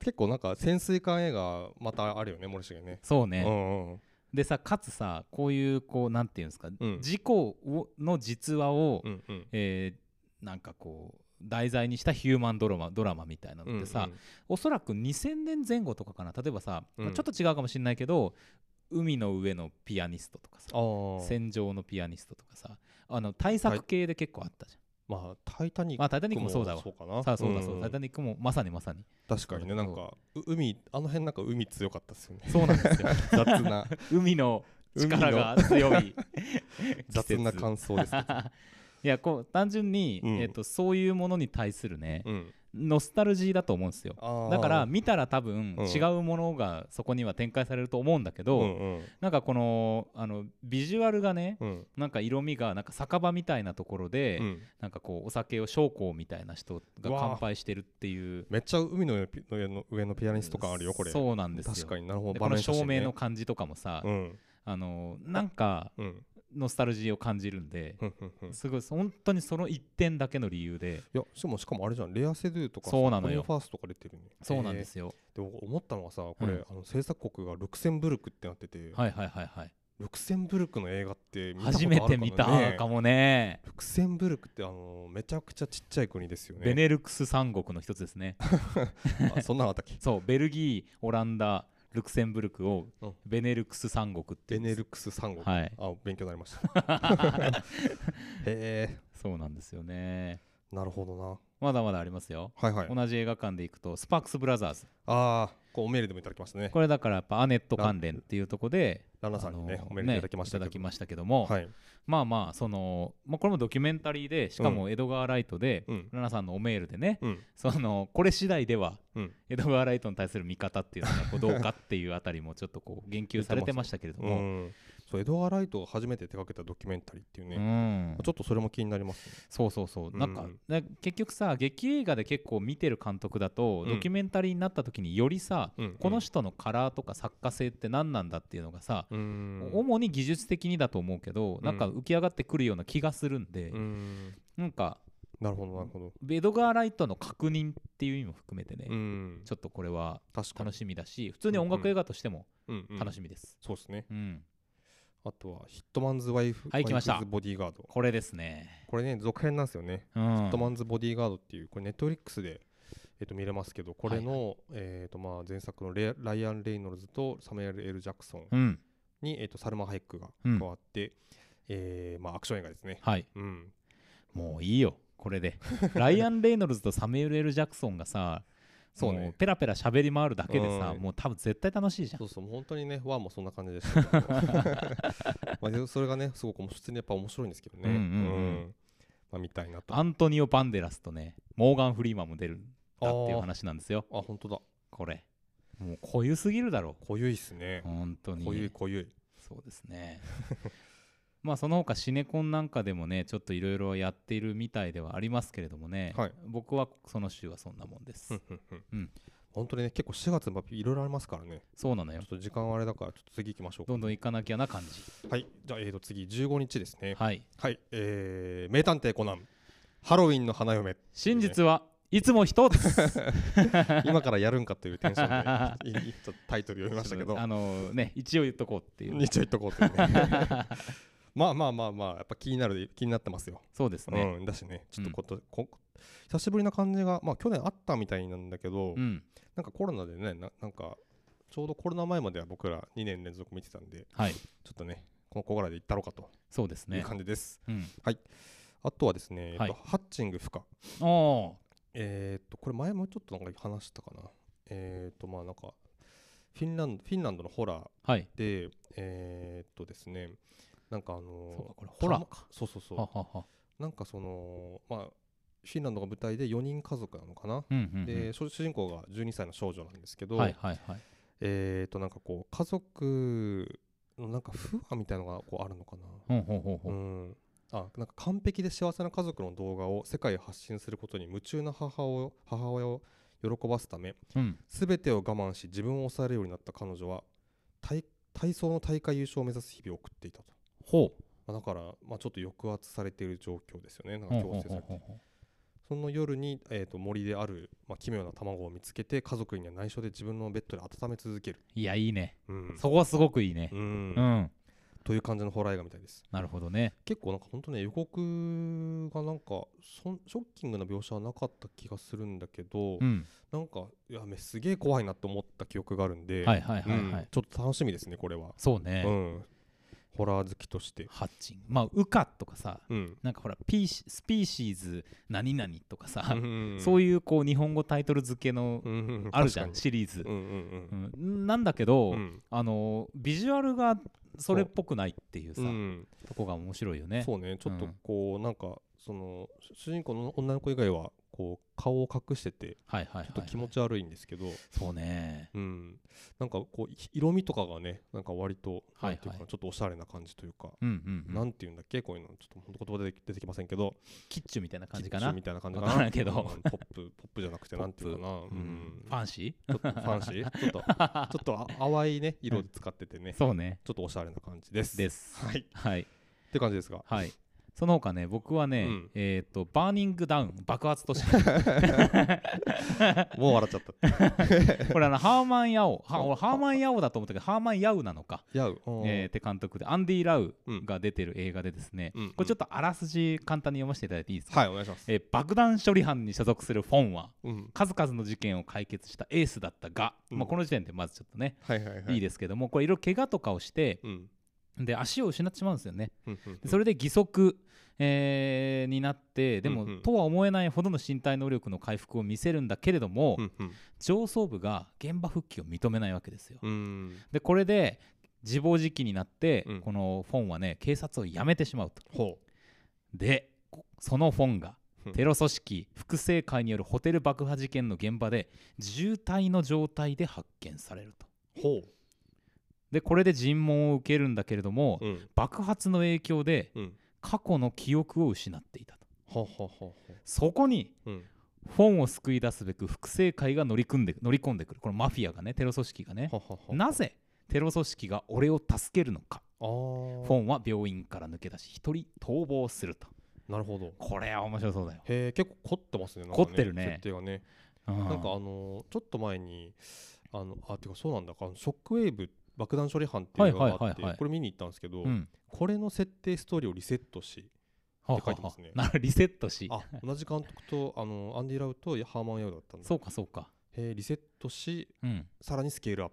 Speaker 2: 結構なんか潜水艦映画またあるよね森重ね
Speaker 1: そうね、
Speaker 2: うんうん
Speaker 1: でさかつさこういうこうなんていうんですか、
Speaker 2: うん
Speaker 1: 事故をの実話を、
Speaker 2: うんうん
Speaker 1: えーなんかこう題材にしたヒューマンドラマドラマみたいなのってさ、おそらく2000年前後とかかな例えばさ、
Speaker 2: うん
Speaker 1: まあちょっと違うかもしれないけど海の上のピアニストとかさ
Speaker 2: うんうん、ああ
Speaker 1: 戦場のピアニストとかさあの対策系で結構あったじゃん、
Speaker 2: まあ「タイタニック」
Speaker 1: まあタイタニックもそうだわ
Speaker 2: そうかな
Speaker 1: さあそうだそうだ、タイ
Speaker 2: ん
Speaker 1: タニックもまさにまさに
Speaker 2: 確かにねなんかう海あの辺なんか海強かったっすよね
Speaker 1: そうなんですよ
Speaker 2: 雑な
Speaker 1: 海の力が強 い
Speaker 2: 雑な
Speaker 1: 感
Speaker 2: 感想ですけど
Speaker 1: いやこう単純に、
Speaker 2: うん
Speaker 1: えっとそういうものに対するね、
Speaker 2: うん
Speaker 1: ノスタルジーだと思うんですよ
Speaker 2: あー
Speaker 1: だから見たら多分
Speaker 2: うん
Speaker 1: 違うものがそこには展開されると思うんだけ
Speaker 2: う
Speaker 1: ど、
Speaker 2: んうん
Speaker 1: なんかこのあのビジュアルがね
Speaker 2: うん
Speaker 1: なんか色味がなんか酒場みたいなところで、
Speaker 2: うん
Speaker 1: なんかこうお酒を将校みたいな人が乾杯してるっていう
Speaker 2: めっちゃ海の上のピの上の上のピアニスト感あるよこれ
Speaker 1: そうなんですよ
Speaker 2: 確かになるほど
Speaker 1: でこの照明の
Speaker 2: ね
Speaker 1: 感じとかもさ、
Speaker 2: うん
Speaker 1: あのなんか
Speaker 2: うん
Speaker 1: ノスタルジーを感じるんで、
Speaker 2: うんうんうんい
Speaker 1: すごい本当にその一点だけの理由で
Speaker 2: やしかもしかもあれじゃんレアセドゥとか
Speaker 1: そうなのよ
Speaker 2: コリンファースとか出てるね
Speaker 1: そうなんですよ、
Speaker 2: えーでも思ったのはさこれ、
Speaker 1: うん
Speaker 2: あの制作国がルクセンブルクってなってて、
Speaker 1: はいはいはいはい
Speaker 2: ルクセンブルクの映画って見たことあ
Speaker 1: 初
Speaker 2: るかな
Speaker 1: めて見た
Speaker 2: ね
Speaker 1: かもね
Speaker 2: ルクセンブルクってあのめちゃくちゃちっちゃい国ですよね
Speaker 1: ベネルクス三国の一つです ね
Speaker 2: あそんなのあっ たっけ
Speaker 1: そうベルギーオランダルクセンブルクを
Speaker 2: うん
Speaker 1: ベネルクス三国って言
Speaker 2: ベ
Speaker 1: うんで
Speaker 2: ネ
Speaker 1: す
Speaker 2: ルクス三国、
Speaker 1: はい
Speaker 2: あ勉強になりました へえ
Speaker 1: そうなんですよね
Speaker 2: なるほどな
Speaker 1: まだまだありますよ
Speaker 2: はいはい
Speaker 1: 同じ映画館で行くとスパークスブラザーズ
Speaker 2: ああこうおメールでもいただきましたね
Speaker 1: これだからやっぱアネット関連っていうとこで
Speaker 2: ランナさんにね、
Speaker 1: あの
Speaker 2: おメールいただきました
Speaker 1: ねい
Speaker 2: けど
Speaker 1: ただきましたけども、
Speaker 2: はい、
Speaker 1: まあまあその、まあ、これもドキュメンタリーでしかも江戸川ライトで、
Speaker 2: うん
Speaker 1: ラナさんのおメールでね、
Speaker 2: うん
Speaker 1: そのこれ次第では
Speaker 2: うん
Speaker 1: 江戸川ライトに対する見方っていうの がこうどうかっていうあたりもちょっとこう言及されてましたけれど
Speaker 2: う
Speaker 1: も、
Speaker 2: ん、そうエドガー・ライトが初めて手掛けたドキュメンタリーっていうね、
Speaker 1: うん
Speaker 2: ちょっとそれも気になりますね
Speaker 1: そうそうそう、
Speaker 2: うん
Speaker 1: なんかね結局さ劇映画で結構見てる監督だと、
Speaker 2: うん
Speaker 1: ドキュメンタリーになった時によりさ、
Speaker 2: うん
Speaker 1: この人のカラーとか作家性って何なんだっていうのがさ、
Speaker 2: うん
Speaker 1: 主に技術的にだと思うけど、
Speaker 2: ん
Speaker 1: なんか浮き上がってくるような気がするんで、
Speaker 2: うん
Speaker 1: なんか
Speaker 2: なるほどなるほど、
Speaker 1: ベドガー・ライトの確認っていう意味も含めてね、
Speaker 2: うん
Speaker 1: ち、ょっとこれは
Speaker 2: 確かに
Speaker 1: 楽しみだし普通に音楽映画としても
Speaker 2: うんうん
Speaker 1: 楽しみです、
Speaker 2: そうですね
Speaker 1: うん
Speaker 2: あとはヒットマンズ・ワイフ、
Speaker 1: はい来ました
Speaker 2: ワイフズボディーガード
Speaker 1: これですね、
Speaker 2: これね続編なんですよね、
Speaker 1: うん
Speaker 2: ヒットマンズ・ボディーガードっていうこれネットフリックスでえっと見れますけどこれの、えっとまあ前作のレライアン・レイノルズとサムエル・ L ・ジャクソン
Speaker 1: うん
Speaker 2: に、えっとサルマ・ハイクが
Speaker 1: うん
Speaker 2: 加わって、えーまあアクション映画ですね
Speaker 1: はい
Speaker 2: うん
Speaker 1: もういいよこれ でライアン・レイノルズとサミュエル・ L ・ジャクソンがさ
Speaker 2: そうね
Speaker 1: もペラペラ喋り回るだけでさ、
Speaker 2: うん
Speaker 1: もう多分絶対楽しいじゃん
Speaker 2: そうそうもう本当にねワンもそんな感じでした けどまあでもそれがねすごく普通にやっぱ面白いんですけどね
Speaker 1: うんうんうん
Speaker 2: まあ見たいなとあ
Speaker 1: アントニオ・バンデラスとねモーガン・フリーマンも出るんだっていう
Speaker 2: あー
Speaker 1: 話なんですよ
Speaker 2: 本当だ
Speaker 1: これもう濃ゆすぎるだろ
Speaker 2: 濃ゆいっすね
Speaker 1: 本当に
Speaker 2: 濃ゆい濃ゆい
Speaker 1: そうですね まあその他シネコンなんかでもねちょっといろいろやっているみたいではありますけれどもね、
Speaker 2: はい
Speaker 1: 僕はその週はそんなもんです、
Speaker 2: うんうん
Speaker 1: うん
Speaker 2: 本当にね結構4月もいろいろありますからね
Speaker 1: そうなの
Speaker 2: ちょ
Speaker 1: よ
Speaker 2: っと時間はあれだからちょっと次行きましょうか
Speaker 1: どんどん行かなきゃな 感
Speaker 2: はいじゃあ、えー、と次15日です
Speaker 1: じ
Speaker 2: ねはい、
Speaker 1: はい
Speaker 2: えー名探偵コナンハロウィンの花嫁
Speaker 1: 真実はいつも一つ
Speaker 2: 今からやるんかというテンションでいいちょっとタイトル読みましたけど
Speaker 1: あのね一応言っとこうっていう
Speaker 2: 一応言っとこうというね まあまあまあまあやっぱ気になる気になってますよ、
Speaker 1: そうですね
Speaker 2: うんだしねちょっとこと、こ久しぶりな感じがまあ去年あったみたいなんだけど、
Speaker 1: うん
Speaker 2: なんかコロナでねななんかちょうどコロナ前までは僕ら2年連続見てたんで
Speaker 1: はい
Speaker 2: ちょっとねこの子からで行ったろうかと
Speaker 1: そうです
Speaker 2: いう
Speaker 1: ね
Speaker 2: 感じです、
Speaker 1: うん
Speaker 2: あとはですね、
Speaker 1: はい
Speaker 2: えっとハッチング不可
Speaker 1: お
Speaker 2: えーっとこれ前もちょっとなんか話したかなえーっとまあなんかフィンランドフィンランドのホラー
Speaker 1: ーはい
Speaker 2: でえーっとですねなんかあのー
Speaker 1: そうかこれホラーか
Speaker 2: そうそうそう
Speaker 1: ははは
Speaker 2: なんかそのまあフィンランドが舞台で4人家族なのかな、
Speaker 1: うんうんうん
Speaker 2: で主主人公が12歳の少女なんですけど、
Speaker 1: はいはいはい
Speaker 2: えーとなんかこう家族のなんか不安みたいのがこうあるのかな
Speaker 1: ほうほうほうほ
Speaker 2: う
Speaker 1: うん
Speaker 2: あなんか完璧で幸せな家族の動画を世界へ発信することに夢中な母を母親を喜ばすため
Speaker 1: うん
Speaker 2: 全てを我慢し自分を抑えるようになった彼女は体体操の大会優勝を目指す日々を送っていたと、
Speaker 1: ほう
Speaker 2: まあ、だから、まあ、ちょっと抑圧されている状況ですよねなんか
Speaker 1: ほう
Speaker 2: 強
Speaker 1: ほう
Speaker 2: 制さ
Speaker 1: ほ
Speaker 2: れ
Speaker 1: う
Speaker 2: て
Speaker 1: ほうほう
Speaker 2: その夜に、えー、と森である、まあ、奇妙な卵を見つけて家族には内緒で自分のベッドで温め続ける、
Speaker 1: いやいいね
Speaker 2: うん
Speaker 1: そこはすごくいいね
Speaker 2: うん
Speaker 1: うん
Speaker 2: という感じのホラー映画みたいです
Speaker 1: なるほどね
Speaker 2: 結構なんか本当ね予告がなんかそんショッキングな描写はなかった気がするんだけど、
Speaker 1: うん
Speaker 2: なんかいやめすげえ怖いなと思った記憶があるんで、
Speaker 1: はいはいはい
Speaker 2: うん
Speaker 1: はい
Speaker 2: ちょっと楽しみですねこれは、
Speaker 1: そうね
Speaker 2: うん、ホラー好きとして、
Speaker 1: ハッチングまあウカとかさ
Speaker 2: うん
Speaker 1: なんかほらピーシスピーシーズ何々とかさ、
Speaker 2: う
Speaker 1: そういうこう日本語タイトル付けの
Speaker 2: んうん
Speaker 1: あるじゃん
Speaker 2: 確か
Speaker 1: シリーズ
Speaker 2: に、うんうん
Speaker 1: うんなんだけど、
Speaker 2: うんうん
Speaker 1: あのビジュアルがそれっぽくないっていうさ、
Speaker 2: うん
Speaker 1: とこが面白いよね
Speaker 2: そうねちょっと
Speaker 1: うん
Speaker 2: こう、なんかその主主人公の女の子以外はこう顔を隠してて
Speaker 1: はいはいはい、
Speaker 2: ちょっと気持ち悪いんですけど、
Speaker 1: そうね
Speaker 2: うん、なんかこうい色味とかがねなんか割と
Speaker 1: はい
Speaker 2: なんていうか
Speaker 1: は
Speaker 2: ちょっとおしゃれな感じというか、
Speaker 1: うんうん、う、
Speaker 2: なんんていうんだっけこういうのちょっと本当言葉出て出てきませんけど
Speaker 1: キッチュみたいな感じか
Speaker 2: キッチ
Speaker 1: な
Speaker 2: ンみたいな感じか
Speaker 1: わ
Speaker 2: な
Speaker 1: からんけど
Speaker 2: うんポップポップじゃなくて
Speaker 1: ポ
Speaker 2: な
Speaker 1: ッ
Speaker 2: ん
Speaker 1: プ
Speaker 2: ていうかな、う
Speaker 1: うん
Speaker 2: ん、
Speaker 1: ファンシ
Speaker 2: ちょっとファンシー ちょっとちょっとあ淡いね色で使っててね
Speaker 1: ーそうね
Speaker 2: ちょっとおしゃれな感じです。
Speaker 1: ですす
Speaker 2: はい
Speaker 1: はい
Speaker 2: って感じですが、
Speaker 1: はいその他ね僕はね、
Speaker 2: うん
Speaker 1: えっ、とバーニングダウン爆発都市 こ
Speaker 2: もう笑っち ゃった。
Speaker 1: れあのハーマン・ヤオは俺ハーマン・ヤオだと思ったけどハーマン・ヤウなのか
Speaker 2: やう。うん
Speaker 1: えーって監督でアンディ・ラウ
Speaker 2: うん
Speaker 1: が出てる映画でですね、
Speaker 2: うん
Speaker 1: これちょっとあらすじ簡単に読ませていただいていいですか、
Speaker 2: はいお願いします。
Speaker 1: えー爆弾処理班に所属するフォンは
Speaker 2: うん
Speaker 1: 数々の事件を解決したエースだったが、
Speaker 2: うん
Speaker 1: まあ、この時点でまずちょっとね、
Speaker 2: はいはいはい。
Speaker 1: いい
Speaker 2: で
Speaker 1: ですけどもこれいろいろ怪我とかをして
Speaker 2: す。うん。
Speaker 1: で足を失ってしまうんですよね
Speaker 2: うんうん
Speaker 1: でそれで義足、えーになってでも、
Speaker 2: うんうん
Speaker 1: とは思えないほどの身体能力の回復を見せるんだけれども、
Speaker 2: うんうん
Speaker 1: 上層部が現場復帰を認めないわけですよ
Speaker 2: うん。
Speaker 1: でこれで自暴自棄になって、
Speaker 2: うん
Speaker 1: このフォンはね警察を辞めてしまうと
Speaker 2: ほ
Speaker 1: でこそのフォンが
Speaker 2: うん
Speaker 1: テロ組織複製会によるホテル爆破事件の現場で重体の状態で発見されると
Speaker 2: う。ほ
Speaker 1: でこれで尋問を受けるんだけれども、
Speaker 2: う。うん。
Speaker 1: 爆発の影響で
Speaker 2: うん。
Speaker 1: 過去の記憶を失っていたと
Speaker 2: ほうほうほうほ
Speaker 1: そこに
Speaker 2: う。うん。
Speaker 1: フォンを救い出すべく複製会が乗り組んで乗り込んでくるこのマフィアがねテロ組織がね
Speaker 2: ほうほうほう。
Speaker 1: なぜテロ組織が俺を助けるのか
Speaker 2: あー
Speaker 1: フォンは病院から抜け出し一人逃亡すると
Speaker 2: なるほど。
Speaker 1: これは面白そうだよ、
Speaker 2: へえ結構凝ってますね。なんか
Speaker 1: 凝ってるね
Speaker 2: 設定がね。
Speaker 1: う
Speaker 2: なんかあのーちょっと前にあのあてかそうなんだかショックウェーブ爆弾処理班っていうのが
Speaker 1: は
Speaker 2: あ
Speaker 1: い
Speaker 2: っ
Speaker 1: はい
Speaker 2: て
Speaker 1: はいはい
Speaker 2: これ見に行ったんですけど、
Speaker 1: うん
Speaker 2: これの設定ストーリーをリセットし
Speaker 1: はあ
Speaker 2: って書いてますね
Speaker 1: はあはあなるリセットし
Speaker 2: あ同じ監督とあのアンディ・ラウとハーマン・ヤウだったんだ
Speaker 1: そうかそうか
Speaker 2: へえリセットし
Speaker 1: うん
Speaker 2: さらにスケールアッ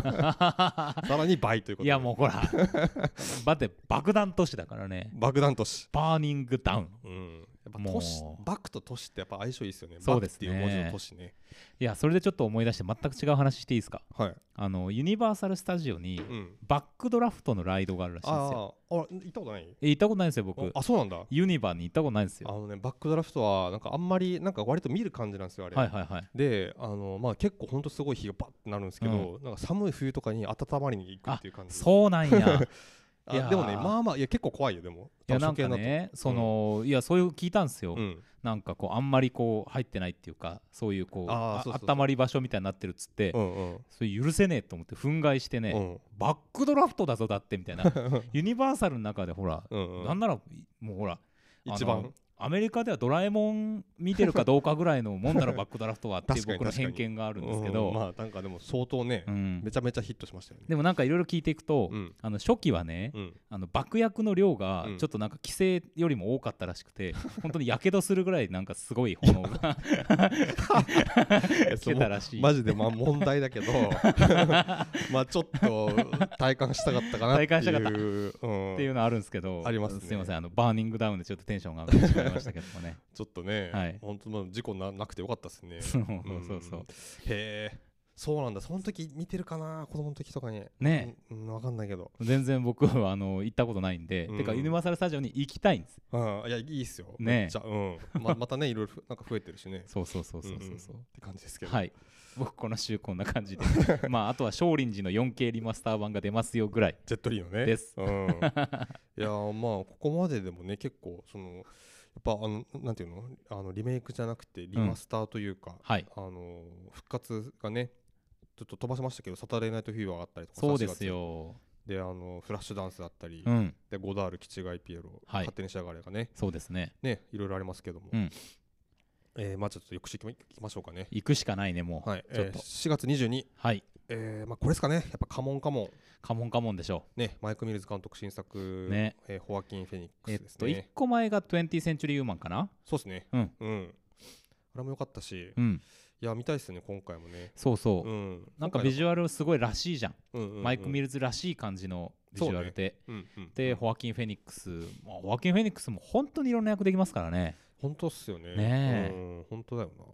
Speaker 2: プさらに倍というこ と
Speaker 1: い
Speaker 2: で
Speaker 1: やもうほ らだって爆弾都市だからね
Speaker 2: 爆弾都市
Speaker 1: バーニングダウン
Speaker 2: うんやっぱ
Speaker 1: もう
Speaker 2: 都市バクと都市ってやっぱ相性いいですよね
Speaker 1: そうですね
Speaker 2: バクっていう文字の都市ね
Speaker 1: いやそれでちょっと思い出して全く違う話していいですか
Speaker 2: はい
Speaker 1: あのユニバーサル・スタジオに
Speaker 2: うん
Speaker 1: バックドラフトのライドがあるらしいんですよ
Speaker 2: あーあ行ったことない
Speaker 1: え行ったことないんですよ僕
Speaker 2: あそうなんだ
Speaker 1: ユニバーに行ったことないんです
Speaker 2: あ
Speaker 1: よ
Speaker 2: のねバックドラフトはなんかあんまりなんか割と見る感じなんですよあれ、
Speaker 1: はいはいはい
Speaker 2: であのまあ結構ほんとす ごい日がバッてなるんですけど、なんか寒い冬とかに温まりに行くっていう感じ
Speaker 1: そうなんや
Speaker 2: あ
Speaker 1: いやー
Speaker 2: でもねまあまあいや結構怖いよでも
Speaker 1: いやな
Speaker 2: 多
Speaker 1: ん
Speaker 2: 少系
Speaker 1: か
Speaker 2: だと
Speaker 1: ねそのいやそういう聞いたんですよ、
Speaker 2: うん
Speaker 1: なんかこうあんまりこう入ってないっていうかそういうこう
Speaker 2: あー
Speaker 1: あ
Speaker 2: そうそうそう
Speaker 1: 温まり場所みたいになってるっつって、
Speaker 2: うんうん
Speaker 1: それ許せねえと思って憤慨してね、
Speaker 2: うん
Speaker 1: バックドラフトだぞだってみたいな ユニバーサルの中でほら、
Speaker 2: うん
Speaker 1: なんならもうほら
Speaker 2: 一
Speaker 1: あ
Speaker 2: 番
Speaker 1: のアメリカではドラえもん見てるかどうかぐらいのもんだろバックドラフトはっていう
Speaker 2: 確かに
Speaker 1: 僕の
Speaker 2: 確かに
Speaker 1: 偏見があるんですけど、
Speaker 2: うんまあなんかでも相当ね
Speaker 1: うん
Speaker 2: めちゃめちゃヒットしましたよね
Speaker 1: でもなんかいろいろ聞いていくと、
Speaker 2: うん
Speaker 1: あの初期はね、
Speaker 2: うん
Speaker 1: あの爆薬の量が
Speaker 2: うん
Speaker 1: ちょっとなんか規制よりも多かったらしく て、本当にやけどするぐらいなんかすごい炎が来てたらしい。
Speaker 2: マジでまあ問題だ けどまあちょっと体感したかったかなってい
Speaker 1: 体
Speaker 2: う
Speaker 1: 感したかった
Speaker 2: うん
Speaker 1: っていうのあるんですけど、
Speaker 2: ありますね
Speaker 1: すいませんあのバーニングダウンでちょっとテンションが上がってしまいましたけどもね。
Speaker 2: ちょっとね、
Speaker 1: はい
Speaker 2: 本当まあ事故ななくてよかったです ね
Speaker 1: そう
Speaker 2: うん
Speaker 1: そうそう。
Speaker 2: へえそうなんだその時見てるかな子供の時とかに
Speaker 1: ね
Speaker 2: うんうんわかんないけど
Speaker 1: 全然僕はあの行ったことないんで、
Speaker 2: うん
Speaker 1: てかユニバーサルスタジオに行きたいんです。
Speaker 2: うんいやいいっすよ
Speaker 1: ね
Speaker 2: めっちゃうんまま たねいろいろなんか増えてるしね
Speaker 1: そうそうそうそうそうそう。
Speaker 2: んんって感じですけど
Speaker 1: はい僕この週こんな感じで まああとは少林寺の 4K リマスター版が出ますよぐらい
Speaker 2: ジェットリーのね。
Speaker 1: です
Speaker 2: うん、い やーまあここまででもね結構そのやっぱあのなんていうのあのリメイクじゃなくてリマスターというか、
Speaker 1: はい
Speaker 2: あのー復活がねちょっと飛ばしましたけどサタデーナイトフィーバーがあったりとか
Speaker 1: そうです
Speaker 2: 3-4
Speaker 1: よ
Speaker 2: 月であのフラッシュダンスだったり、
Speaker 1: うん
Speaker 2: でゴダールキチガイピエロ、
Speaker 1: はい
Speaker 2: 勝手に仕上がれがね
Speaker 1: そうですね
Speaker 2: ねいろいろありますけども、
Speaker 1: うん
Speaker 2: えーまあちょっと翌週いきまいきましょうかね。
Speaker 1: 行くしかないねもう
Speaker 2: はい、
Speaker 1: ちょっ
Speaker 2: えー、
Speaker 1: と
Speaker 2: 4月22、
Speaker 1: はい
Speaker 2: えーまあ、これですかね、やっぱカモンカモン、
Speaker 1: カモンカモンでしょ
Speaker 2: ね、マイク・ミルズ監督新作、
Speaker 1: ね
Speaker 2: えーホワキン・フェニック
Speaker 1: え
Speaker 2: ス
Speaker 1: っ
Speaker 2: です
Speaker 1: と
Speaker 2: ね。
Speaker 1: 1個前が20センチュリーウーマンかな
Speaker 2: そうですね。
Speaker 1: うん。
Speaker 2: あれも良かったし、
Speaker 1: うん
Speaker 2: いや、見たいですね、今回もね。
Speaker 1: そうそう、
Speaker 2: うん。
Speaker 1: なんかビジ
Speaker 2: ュ
Speaker 1: ュアルすごいらしいじゃん、
Speaker 2: アル
Speaker 1: マイク・ミ
Speaker 2: ル。
Speaker 1: ルズらしい感じのビジュアルで、
Speaker 2: うんうん。
Speaker 1: でホワキン・フェニックス、まあ、ホワキン・フェニックスも本当にいろんな役できますからね
Speaker 2: 本当っすよね。
Speaker 1: ねえ
Speaker 2: うん、本当だよな。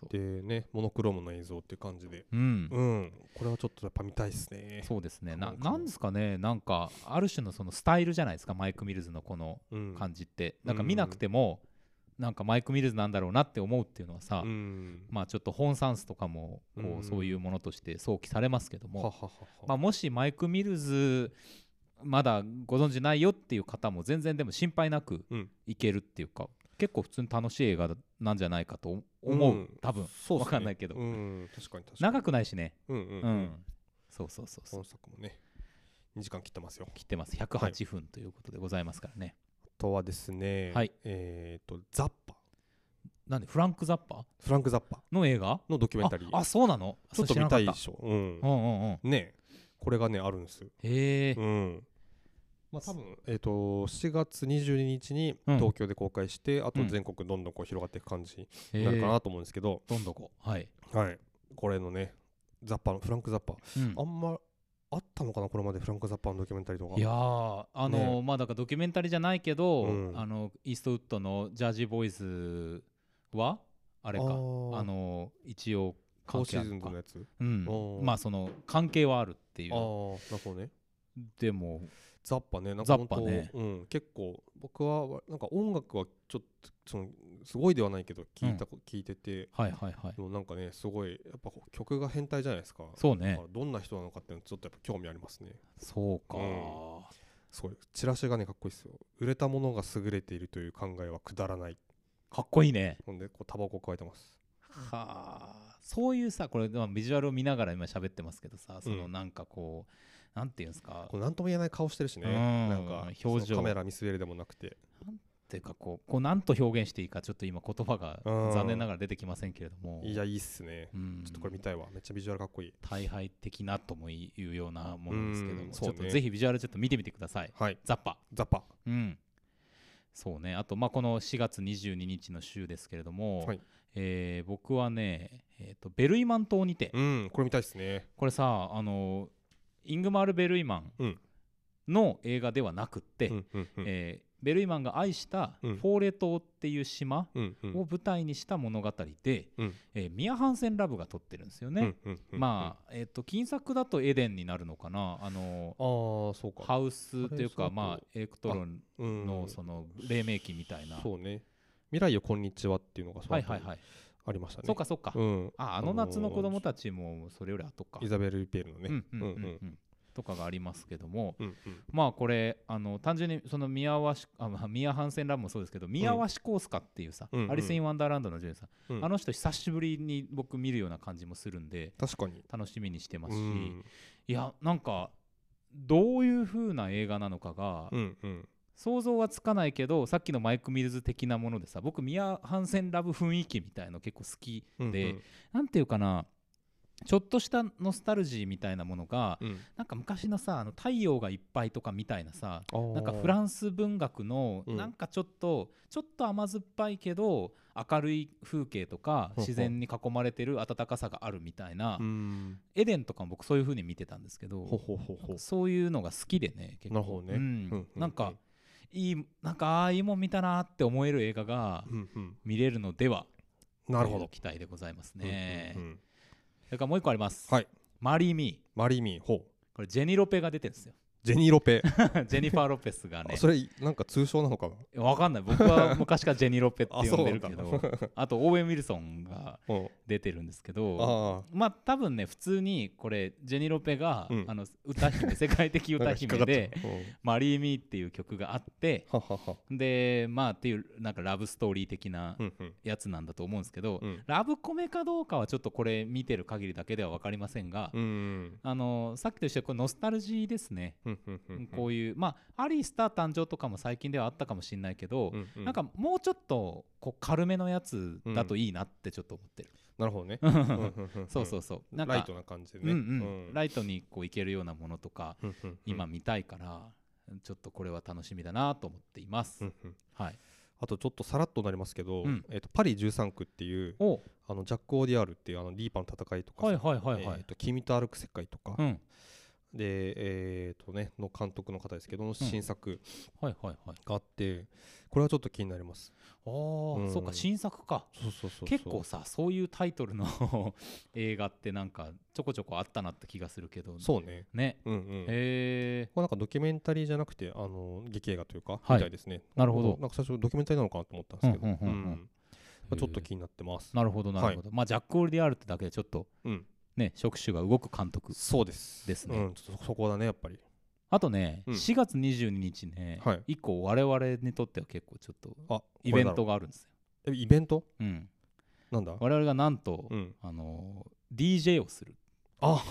Speaker 1: そう
Speaker 2: でね、モノクロームの映像っていう感じで。
Speaker 1: うん、
Speaker 2: うん。これはちょっとやっぱ見たいですね。
Speaker 1: そうですねな
Speaker 2: カモンカ
Speaker 1: な
Speaker 2: モン
Speaker 1: んですかねなんかある種のそのスタイルじゃないですかマイク・ミルズのこの
Speaker 2: うん。
Speaker 1: 感じって、
Speaker 2: うん
Speaker 1: なんか見なくてもなんかマイク・ミルズなんだろうなって思うっていうのはさ、
Speaker 2: うん。
Speaker 1: まあちょっと本サンスとかもこ
Speaker 2: うん
Speaker 1: うそういうものとして想起されますけども、
Speaker 2: はははは。
Speaker 1: まあ、もしマイク・ミルズまだご存じないよっていう方も全然でも心配なく
Speaker 2: うん
Speaker 1: いけるっていうか、結構普通に楽しい映画なんじゃないかと思う、
Speaker 2: うん
Speaker 1: 多分
Speaker 2: そうっすね
Speaker 1: わかんないけど、
Speaker 2: うん。確かに確かに。
Speaker 1: 長くないしね
Speaker 2: うんうん
Speaker 1: う、
Speaker 2: うんん。
Speaker 1: そうそうそうそう
Speaker 2: 本作もね、2時間切ってますよ。
Speaker 1: 切ってます108分ということでございますからね、
Speaker 2: あとはですね、
Speaker 1: はい
Speaker 2: えっと、ザッパ、
Speaker 1: なんでフランク・ザッパー
Speaker 2: フランク・ザッパ
Speaker 1: の映画
Speaker 2: のドキュメンタリー。
Speaker 1: ああそうなの
Speaker 2: ちょっと
Speaker 1: それ知ら
Speaker 2: 見た
Speaker 1: ないか
Speaker 2: で
Speaker 1: っ
Speaker 2: しょ。うん
Speaker 1: たう。んうんうん
Speaker 2: ねこれがねあるんですよ。
Speaker 1: へえ
Speaker 2: うん。まあ多分えっ、と4月22日に
Speaker 1: うん
Speaker 2: 東京で公開して、あ
Speaker 1: う
Speaker 2: と
Speaker 1: ん
Speaker 2: 全国どんどんこう広がっていく感じ
Speaker 1: へ
Speaker 2: になるか
Speaker 1: ー
Speaker 2: なと思うんですけど、
Speaker 1: どんどこはい、
Speaker 2: はい。これのねザッパのフランクザッパ、
Speaker 1: うん
Speaker 2: あんまあったのかなこれまでフランクザッパのドキュメンタリーとか。
Speaker 1: いやーあのー
Speaker 2: ね
Speaker 1: まあだからドキュメンタリーじゃないけど、
Speaker 2: うん
Speaker 1: あのイーストウッドのジャージーボーイズはあ
Speaker 2: あ
Speaker 1: れかあ
Speaker 2: ー
Speaker 1: のー一応
Speaker 2: フ
Speaker 1: 関
Speaker 2: ォーシ
Speaker 1: 係あ
Speaker 2: ーズ
Speaker 1: る
Speaker 2: ン
Speaker 1: の
Speaker 2: ズ
Speaker 1: か
Speaker 2: のやつ。
Speaker 1: うん
Speaker 2: うん
Speaker 1: まあその関係はあるってい
Speaker 2: ああ
Speaker 1: う
Speaker 2: ーなるほどね。
Speaker 1: でも
Speaker 2: ザッパねなん
Speaker 1: ザ
Speaker 2: か
Speaker 1: ッ
Speaker 2: 本
Speaker 1: パ
Speaker 2: 当
Speaker 1: ね
Speaker 2: うん結構僕はなんか音楽はちょっとそのすごいではないけど聞いた、こ聞いてて。
Speaker 1: はいはいはい
Speaker 2: でもなんかねすごいやっぱこう曲が変態じゃないですか
Speaker 1: そう
Speaker 2: だ
Speaker 1: ね
Speaker 2: からどんな人なのかっていうのちょっとやっぱ興味ありますね
Speaker 1: そうか、
Speaker 2: うんすごいチラシがねかっこいいですよ売れたものが優れているという考えはくだらない
Speaker 1: かっこいいね
Speaker 2: ほんでこうタバコ加えてます
Speaker 1: はあそういうさこれ、まあ、ビジュアルを見ながら今喋ってますけどさその
Speaker 2: うん
Speaker 1: なんかこう、なんていうんですか
Speaker 2: こうなんとも言えない顔してるしね
Speaker 1: うん
Speaker 2: なんか
Speaker 1: 表情
Speaker 2: そのカメラ見据えるでもなくて
Speaker 1: っていうかこうこうなんと表現していいかちょっと今言葉が
Speaker 2: うん
Speaker 1: 残念ながら出てきませんけれども
Speaker 2: いやいいっすね
Speaker 1: うん
Speaker 2: ちょっとこれ見たいわめっちゃビジュアルかっこいい
Speaker 1: 大敗的なとも言うようなものですけども、
Speaker 2: うん
Speaker 1: ちょっ
Speaker 2: そう
Speaker 1: と
Speaker 2: ね
Speaker 1: ぜひビジュアルちょっと見てみてください
Speaker 2: はい
Speaker 1: ザッパ
Speaker 2: ザッパ
Speaker 1: うんそうねあとまあこの4月22日の週ですけれども、
Speaker 2: はい
Speaker 1: えー僕はね、えーとベルイマン島にて
Speaker 2: うんこれ見たいっすね
Speaker 1: これさあのイングマール・ベルイマ
Speaker 2: う
Speaker 1: ン
Speaker 2: ん
Speaker 1: の映画ではなくって、
Speaker 2: うんうんうん
Speaker 1: えーベルイマンが愛したフ
Speaker 2: うん
Speaker 1: ォーレ島っていう島、
Speaker 2: うんうん
Speaker 1: を舞台にした物語で、
Speaker 2: うん
Speaker 1: えーミア・ハンセン・ラブが撮ってるんですよ
Speaker 2: うんう
Speaker 1: ね
Speaker 2: ん。うんうん
Speaker 1: まあ、えっと金作だとエデンになるのかなあの
Speaker 2: あーそうか
Speaker 1: ハウスという
Speaker 2: あ
Speaker 1: か
Speaker 2: れ
Speaker 1: まあエレクトロン
Speaker 2: うん
Speaker 1: のその黎明期みたいな、
Speaker 2: そうね未来よこんにちはっていうのがその
Speaker 1: はいはいはい、
Speaker 2: ありましたね
Speaker 1: そうかそうか、
Speaker 2: うん
Speaker 1: ああの夏の子供たちもそれより後か
Speaker 2: イザベル・リペールのね、
Speaker 1: うんうんうんうん
Speaker 2: うんうん
Speaker 1: とかがありますけども、
Speaker 2: うんうん
Speaker 1: まあこれあの単純にその宮和しあ、まあ、宮ハンセンラブもそうですけど宮和志功スカっていうさ、
Speaker 2: うんうん
Speaker 1: アリス・イン・ワンダーランドのジュンさん、
Speaker 2: うん
Speaker 1: あの人久しぶりに僕見るような感じもするんで
Speaker 2: 確かに
Speaker 1: 楽しみにしてます
Speaker 2: う
Speaker 1: し、
Speaker 2: ん
Speaker 1: いやなんかどういう風な映画なのかが、
Speaker 2: うんうん
Speaker 1: 想像はつかないけどさっきのマイク・ミルズ的なものでさ僕ミア・ハンセン・ラブ雰囲気みたいの結構好き
Speaker 2: うん
Speaker 1: で、なんていうかなちょっとしたノスタルジーみたいなものが、
Speaker 2: うん
Speaker 1: なんか昔のさあの太陽がいっぱいとかみたいなさ
Speaker 2: うん
Speaker 1: なんかフランス文学の
Speaker 2: うん
Speaker 1: なんかちょっと、ちょっと甘酸っぱいけど明るい風景とか
Speaker 2: ほうほう
Speaker 1: 自然に囲まれてる温かさがあるみたいな、
Speaker 2: うん
Speaker 1: エデンとかも僕そういう風に見てたんですけど
Speaker 2: ほほほほ
Speaker 1: そういうのが好きでね結構
Speaker 2: なるほどね
Speaker 1: う
Speaker 2: うんんうん
Speaker 1: なんかいいなんかああいいもん見たなって思える映画が
Speaker 2: うんうん
Speaker 1: 見れるのでは
Speaker 2: なるほ
Speaker 1: という
Speaker 2: ど
Speaker 1: 期待でございます
Speaker 2: うんう
Speaker 1: ね
Speaker 2: んうん
Speaker 1: それからもう一個あります
Speaker 2: はい
Speaker 1: マリー・ミー
Speaker 2: マリーミーほう
Speaker 1: これジェニー・ロペが出てるんですよ
Speaker 2: ジェニー・ロペ
Speaker 1: ジェニファー・ロペスがね
Speaker 2: あそれなんか通称なのかな
Speaker 1: わかんない僕は昔からジェニー・ロペって呼んでるけ
Speaker 2: あ
Speaker 1: ど
Speaker 2: そう
Speaker 1: あとオーウェン・ウィルソンが
Speaker 2: うん
Speaker 1: 出てるんですけど
Speaker 2: あ
Speaker 1: まあ多分ね普通にこれジェニー・ロペが、
Speaker 2: うん
Speaker 1: あの歌姫世界的
Speaker 2: あ
Speaker 1: 歌姫で
Speaker 2: なんか引っかかったうん
Speaker 1: 「マリー・ミー」っていう曲があって
Speaker 2: ははは
Speaker 1: でまあっていうなんかラブストーリー的な
Speaker 2: うんうん
Speaker 1: やつなんだと思うんですけど、
Speaker 2: うん
Speaker 1: ラブコメかどうかはちょっとこれ見てる限りだけでは分かりませんが、
Speaker 2: うん
Speaker 1: あのさっきと一緒でこれノスタルジーですね、
Speaker 2: うんうんうん
Speaker 1: こういうまあアリースター誕生とかも最近ではあったかもしれないけど、
Speaker 2: うんうん
Speaker 1: なんかもうちょっとこう軽めのやつだといいなってちょっと思ってる、
Speaker 2: なるほどね
Speaker 1: そうそううそうんなんか
Speaker 2: ライトな感じでね
Speaker 1: うんうん
Speaker 2: うん
Speaker 1: ライトにこういけるようなものとか
Speaker 2: うんうんうん
Speaker 1: 今見たいから、ちょっとこれは楽しみだなと思っています、
Speaker 2: うんうん
Speaker 1: はい
Speaker 2: あとちょっとさらっとなりますけど
Speaker 1: うん
Speaker 2: えっとパリ13区っていう
Speaker 1: お
Speaker 2: あのジャック・オーディアールっていうあのリーパの戦いとかさ
Speaker 1: はいはいはいは
Speaker 2: えー
Speaker 1: い、
Speaker 2: と君と歩く世界とか
Speaker 1: うん
Speaker 2: でえーとねの監督の方ですけどの新作
Speaker 1: はいはいはい
Speaker 2: があってこれはちょっと気になります
Speaker 1: あー、
Speaker 2: うん
Speaker 1: そうか新作か
Speaker 2: そうそうそう
Speaker 1: 結構さそういうタイトルの 映画ってなんかちょこちょこあったなって気がするけど
Speaker 2: そうね
Speaker 1: ね
Speaker 2: うんうん
Speaker 1: へえ
Speaker 2: これなんかドキュメンタリーじゃなくてあの劇映画というか
Speaker 1: い
Speaker 2: みたいですね
Speaker 1: なるほど
Speaker 2: なんか最初ドキュメンタリーなのかなと思ったんですけど
Speaker 1: う
Speaker 2: うん
Speaker 1: うんうんうん
Speaker 2: んまあちょっと気になってます
Speaker 1: なるほどなるほど、まあジャック・オールディアールってだけでちょっと
Speaker 2: うん
Speaker 1: ね触手が動く監督
Speaker 2: そうです
Speaker 1: ですね
Speaker 2: うんちょっとそこだねやっぱり
Speaker 1: あとね、
Speaker 2: うん
Speaker 1: 4月22日ね、
Speaker 2: はい
Speaker 1: 一個我々にとっては結構ちょっと
Speaker 2: あ
Speaker 1: イベン
Speaker 2: こ
Speaker 1: トがあるんですよ、
Speaker 2: れだろえイベント
Speaker 1: うん、
Speaker 2: なんだ
Speaker 1: 我々がなんと、
Speaker 2: うん
Speaker 1: あのー DJ をする、
Speaker 2: あ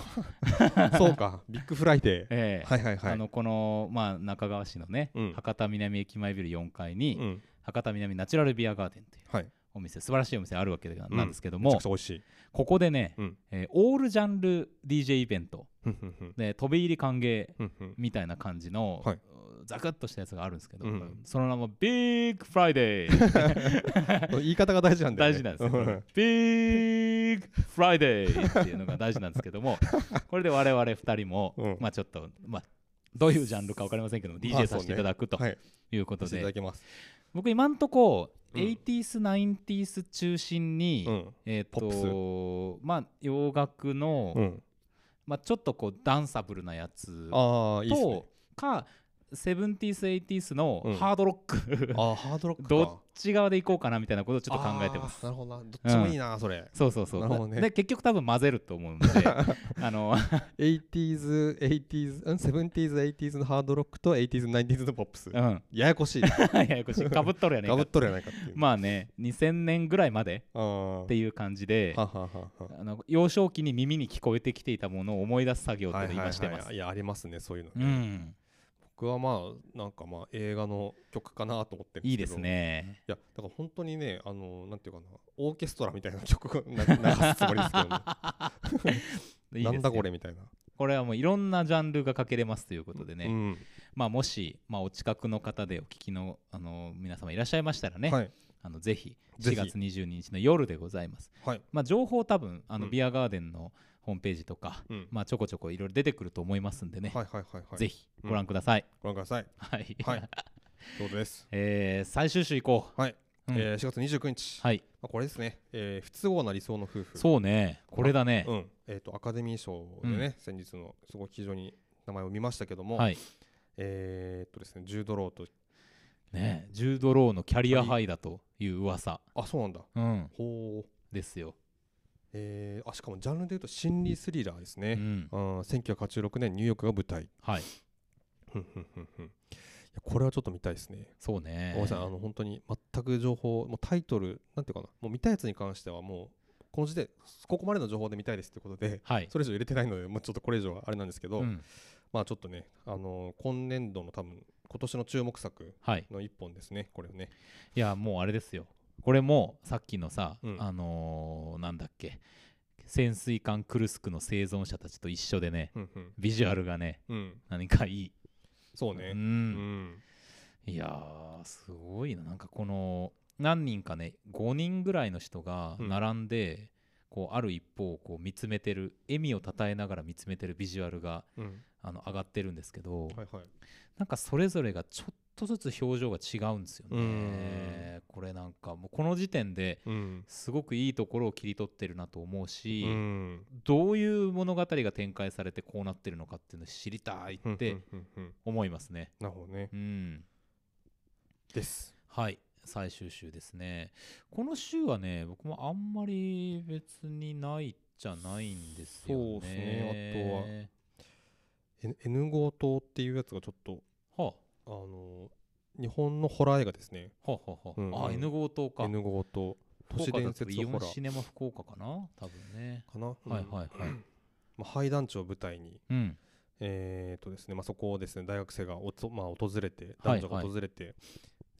Speaker 2: そ うかビッグフライデ
Speaker 1: ええ
Speaker 2: ーはいはいはい
Speaker 1: あのこの、まあ、中川市のね、
Speaker 2: うん
Speaker 1: 博多南駅前ビル4階
Speaker 2: う
Speaker 1: に、
Speaker 2: ん
Speaker 1: 博多南ナチュラルビアガーデンという
Speaker 2: はい
Speaker 1: お店素晴らしいお店あるわけな
Speaker 2: うん
Speaker 1: なんですけど
Speaker 2: めちゃ
Speaker 1: も
Speaker 2: くち、ゃ美味しい
Speaker 1: ここでね、
Speaker 2: うん
Speaker 1: えーオールジャンル DJ イベント
Speaker 2: ふんふん ふん
Speaker 1: で飛び入り歓迎
Speaker 2: ふんふん
Speaker 1: みたいな感じの、
Speaker 2: はい
Speaker 1: ザクッとしたやつがあるんですけど、
Speaker 2: うん
Speaker 1: その名もビッグフライデ ー
Speaker 2: 言い方が大事なんだ
Speaker 1: 大
Speaker 2: よね
Speaker 1: 事なんですよこれビッグフライデーっていうのが大事なんですけど もこれで我々2人も、
Speaker 2: うん
Speaker 1: まあちょっとまあどういうジャンルか分かりませんけども DJ させていただくと
Speaker 2: はいさ
Speaker 1: いうこと
Speaker 2: せて
Speaker 1: で、
Speaker 2: いただきます
Speaker 1: 僕今んとこ、
Speaker 2: うん
Speaker 1: 80s、90s 中心に、
Speaker 2: うん
Speaker 1: えっ、
Speaker 2: ポ
Speaker 1: とまあ洋楽の、
Speaker 2: うん
Speaker 1: まあ、ちょっとこうダンサブルなやつと
Speaker 2: ああいいっすね
Speaker 1: か 70s80s の
Speaker 2: うん
Speaker 1: ハードロック、
Speaker 2: あーハードロックか
Speaker 1: どっち側でいこうかなみたいなことをちょっと考えてます
Speaker 2: あーなるほどなどっちもいいなそれ
Speaker 1: そうそうそう
Speaker 2: なるほどね
Speaker 1: で結局多分混ぜると思うの であの
Speaker 2: 80s、80s、うん 70s、80s のハードロックと 80s、90s のポップス
Speaker 1: う。ん
Speaker 2: ややこしい。 か
Speaker 1: ややこしいかぶっとるやねん
Speaker 2: ぶっ
Speaker 1: か
Speaker 2: とるやないかっていう。
Speaker 1: まあね2000年ぐらいまで
Speaker 2: あー、
Speaker 1: っていう感じで
Speaker 2: はははは。
Speaker 1: あの幼少期に耳に聞こえてきていたものを思い出す作業って
Speaker 2: はい
Speaker 1: いうのを
Speaker 2: はい
Speaker 1: 今
Speaker 2: はい
Speaker 1: してます
Speaker 2: いやありますねそういうの、
Speaker 1: うん
Speaker 2: 僕はまあなんかまあ映画の曲かなと思ってるん
Speaker 1: いい
Speaker 2: け
Speaker 1: で
Speaker 2: ど
Speaker 1: すね
Speaker 2: いやだから本当にねあのなんていうかなオーケストラみたいな曲を な流すつもりですけどね
Speaker 1: いいです
Speaker 2: な
Speaker 1: よ
Speaker 2: んだこれみたいな
Speaker 1: これはもういろんなジャンルがかけれますということでね、
Speaker 2: うん
Speaker 1: まあ、もし、まあ、お近くの方でお聞きのあの皆様いらっしゃいましたらね、
Speaker 2: はい
Speaker 1: あのぜひ4
Speaker 2: ぜひ
Speaker 1: 月22日の夜でございます。
Speaker 2: はい
Speaker 1: まあ、情報多分あの、
Speaker 2: うん
Speaker 1: ビアガーデンのホームページとか、
Speaker 2: うん
Speaker 1: まあ、ちょこちょこいろいろ出てくると思いますんでね、
Speaker 2: はいはいはいはい
Speaker 1: ぜひご覧ください。
Speaker 2: ご覧ください
Speaker 1: はい、
Speaker 2: はいどうです
Speaker 1: えー最終週行こう。
Speaker 2: はい、
Speaker 1: うん
Speaker 2: えー4月29日、
Speaker 1: はい、
Speaker 2: まあ、これですね、えー不都合な理想の夫婦
Speaker 1: そうね、これだね。
Speaker 2: うんえー、とアカデミー賞でね、先日のすごい非常に名前を見ましたけども、
Speaker 1: はい
Speaker 2: えーっとですねジュード・ローと
Speaker 1: ね、ジュード・ローのキャリアハイだという噂、
Speaker 2: あそうなんだ
Speaker 1: うん、
Speaker 2: ほう
Speaker 1: ですよ。
Speaker 2: ええーあしかもジャンルでいうと心理スリラーです
Speaker 1: う
Speaker 2: ね、
Speaker 1: ん
Speaker 2: うん、1986年ニューヨークが舞台
Speaker 1: はい
Speaker 2: ふんふんふんふんいやこれはちょっと見たいですね
Speaker 1: そうね
Speaker 2: ごめんなさいあの本当に全く情報もうタイトルなんていうかなもう見たやつに関してはもうこの時点ここまでの情報で見たいですってことで
Speaker 1: はい
Speaker 2: それ以上入れてないのでもうちょっとこれ以上はあれなんですけど、
Speaker 1: うん
Speaker 2: まあちょっとねあの今年度の多分今年の注目作
Speaker 1: はい
Speaker 2: の一本ですねこれね
Speaker 1: いやもうあれですよこれもさっきのさ、
Speaker 2: うん
Speaker 1: あのーなんだっけ潜水艦クルスクの生存者たちと一緒でね
Speaker 2: うんうん
Speaker 1: ビジュアルがね
Speaker 2: うん
Speaker 1: 何かいい、
Speaker 2: そう
Speaker 1: う
Speaker 2: ねうんん
Speaker 1: いやーすごいななんかこの何人かね5人ぐらいの人が
Speaker 2: うん
Speaker 1: 並んで、こうある一方をこう見つめてる笑みをたたえながら見つめてるビジュアルが
Speaker 2: うん
Speaker 1: あの上がってるんですけど、
Speaker 2: はいはい
Speaker 1: なんかそれぞれがちょっとずつ表情が違うんですよね。これなんかもうこの時点で
Speaker 2: うん
Speaker 1: すごくいいところを切り取ってるなと思うし、
Speaker 2: うん
Speaker 1: どういう物語が展開されてこうなってるのかっていうのを知りたい
Speaker 2: うん
Speaker 1: って
Speaker 2: うんうんうん
Speaker 1: 思いますね。
Speaker 2: なるほどね
Speaker 1: うん、
Speaker 2: です
Speaker 1: はい最終週ですねこの週はね僕もあんまり別にないじゃないんですよね。
Speaker 2: そうっすね N- N5 党っていうやつがちょっと
Speaker 1: とは。は
Speaker 2: あの日本のホラー映画ですね
Speaker 1: あ、はあはあはあ
Speaker 2: うんうん
Speaker 1: あ N 号棟か。
Speaker 2: N5 党都市伝説
Speaker 1: イオ
Speaker 2: ホ
Speaker 1: ン
Speaker 2: ラー
Speaker 1: シネマ福岡かな多分ね、
Speaker 2: かな、うん
Speaker 1: はいはいはい
Speaker 2: まあ、廃団地を舞台に
Speaker 1: うん
Speaker 2: えーとですねまあ、そこをですね大学生がおと、まあ、訪れて
Speaker 1: はい
Speaker 2: 男女が訪れて、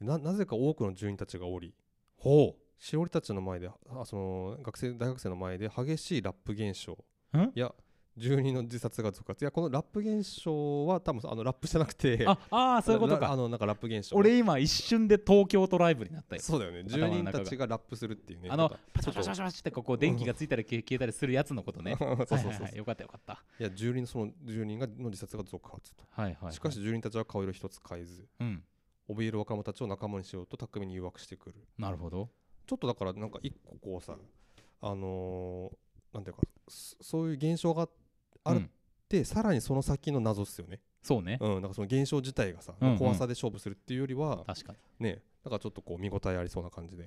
Speaker 2: ななぜか多くの住人たちがおり
Speaker 1: ほ
Speaker 2: しおりたちの前であその学生大学生の前で激しいラップ現象
Speaker 1: う
Speaker 2: いや住人の自殺が続発いやこのラップ現象は多分あのラップじゃなくて
Speaker 1: ああーそういうこと
Speaker 2: ラあ
Speaker 1: か
Speaker 2: のなんかラップ現象
Speaker 1: 俺今一瞬で東京とライブになったよ
Speaker 2: そうだよね住
Speaker 1: 頭の中が
Speaker 2: 人たちがラップするっていうね
Speaker 1: あの
Speaker 2: ちょっ
Speaker 1: パチパチパチパチパチってこうこう電気がついたり消え消えたりするやつのこと ね
Speaker 2: そうそうそ
Speaker 1: は
Speaker 2: う
Speaker 1: いはいはいよかったよかった
Speaker 2: といや住人その住人がの自殺が続発と、
Speaker 1: はいはいはい
Speaker 2: しかし住人たちは顔色一つ変えず
Speaker 1: うん
Speaker 2: 怯える若者たちを仲間にしようと巧みに誘惑してくる
Speaker 1: なるほど
Speaker 2: ちょっとだからなんか一個こうさあのーなんていうかそそういう現象があっある
Speaker 1: うん
Speaker 2: てさらにその先の謎っすよね
Speaker 1: そうね
Speaker 2: うんなんかその現象自体がさ、
Speaker 1: うんうん
Speaker 2: 怖さで勝負するっていうよりは
Speaker 1: 確かに
Speaker 2: ねなんかちょっとこう見応えありそうな感じでち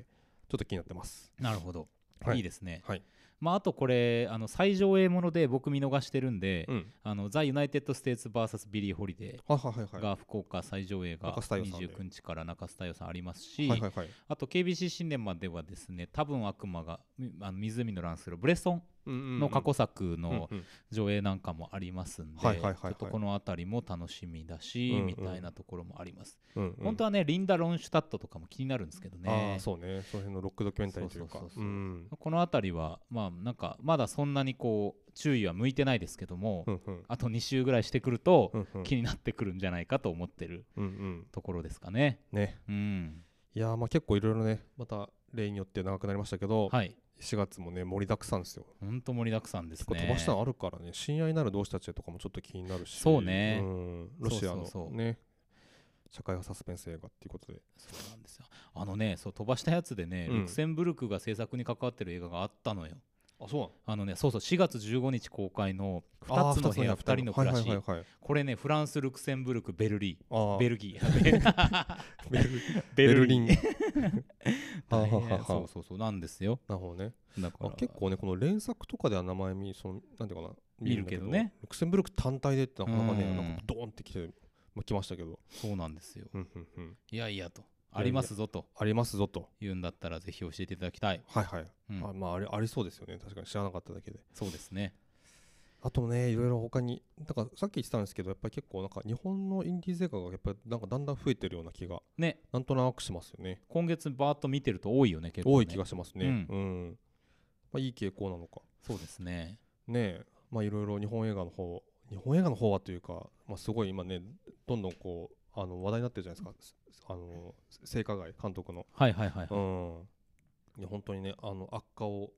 Speaker 2: ょっと気になってます
Speaker 1: なるほど
Speaker 2: はい
Speaker 1: いいですね
Speaker 2: はい
Speaker 1: まああとこれあの最上映もので僕見逃してるんで
Speaker 2: うん
Speaker 1: あのザ・ユナイテッド・ステーツ VS ビリー・ホリデー
Speaker 2: はいはいはいは
Speaker 1: が福岡最上映が
Speaker 2: 中須太陽さんで
Speaker 1: 29日から中須太陽さんあります
Speaker 2: い
Speaker 1: し、
Speaker 2: はいはいはい
Speaker 1: あと KBC シネマではですね多分悪魔がみあの湖の乱するブレソンの
Speaker 2: の
Speaker 1: 過去作
Speaker 2: の
Speaker 1: の上映なんかもありますんでち
Speaker 2: はいはいはいは
Speaker 1: ょ
Speaker 2: い
Speaker 1: っとこの辺りも楽しみだし、
Speaker 2: うんうん
Speaker 1: みたいなところもあります、
Speaker 2: 本
Speaker 1: 本当はねリンダ・ロンシュタットとかも気になるんですけど
Speaker 2: あ
Speaker 1: ね
Speaker 2: あそうねその辺のロックドキュメンタリーという
Speaker 1: そ
Speaker 2: か
Speaker 1: うそうそうそう
Speaker 2: う
Speaker 1: んこの辺りはまあなんかまだそんなにこう注意は向いてないですけども、
Speaker 2: うんうん
Speaker 1: あと2週ぐらいしてくると、
Speaker 2: うんうん
Speaker 1: 気になってくるんじゃないかと思ってる
Speaker 2: うんうん
Speaker 1: ところですかね
Speaker 2: ね
Speaker 1: うん
Speaker 2: いやーまあ結構いろいろねまた例によって長くなりましたけど
Speaker 1: はい
Speaker 2: 4月もね盛りだくさんですよ
Speaker 1: ほんと盛りだくさんです
Speaker 2: 結構
Speaker 1: ね
Speaker 2: 飛ばしたのあるからね親愛なる同志たちへとかもちょっと気になるし
Speaker 1: そうね
Speaker 2: うんロシアの
Speaker 1: そうそうそう
Speaker 2: ね社会派サスペンス映画っていうことで
Speaker 1: そうなんですよあのねそう飛ばしたやつでね、
Speaker 2: うん
Speaker 1: ルクセンブルクが制作に関わってる映画があったのよ
Speaker 2: あそう
Speaker 1: あのねそうそう4月15日公開の「2つの部屋2人の暮らし
Speaker 2: はいはいはいはい」
Speaker 1: これねフランスルクセンブルクベルリ
Speaker 2: あー
Speaker 1: ーベルギー
Speaker 2: ベル
Speaker 1: ベ
Speaker 2: ベ
Speaker 1: ル
Speaker 2: ル
Speaker 1: リ
Speaker 2: リ
Speaker 1: ン
Speaker 2: ンはあはあはあはあ
Speaker 1: そうそうそうなんですよ
Speaker 2: なるほどね
Speaker 1: だか
Speaker 2: あ
Speaker 1: ら
Speaker 2: 結構ねこの連作とかでは名前見そのなんていうかな
Speaker 1: 見るけどね
Speaker 2: ルクセンブルク単体でってなかなかね
Speaker 1: うん
Speaker 2: なんかドーンってきてまあ来ましたけど
Speaker 1: そうなんですよ
Speaker 2: うんうんうん
Speaker 1: いやいやと
Speaker 2: や
Speaker 1: ありますぞと
Speaker 2: ありますぞと
Speaker 1: 言うんだったらぜひ教えていただきたい、
Speaker 2: はいはい
Speaker 1: うん
Speaker 2: あまああれありそうですよね確かに知らなかっただけで
Speaker 1: そうですね
Speaker 2: あとねいろいろ他になんかさっき言ってたんですけどやっぱり結構なんか日本のインディーズ映画がやっぱりなんかだんだん増えてるような気が
Speaker 1: ね
Speaker 2: なんとなくしますよね
Speaker 1: 今月バーッと見てると多いよね結構ね
Speaker 2: 多い気がしますね
Speaker 1: う
Speaker 2: うん、まあ、いい傾向なのか
Speaker 1: そうですね
Speaker 2: ねえまあいろいろ日本映画の方日本映画の方はというか、まあ、すごい今ねどんどんこうあの話題になってるじゃないですかあの性加害監督の
Speaker 1: はいはいはい、
Speaker 2: うんいや本当にねあの悪化を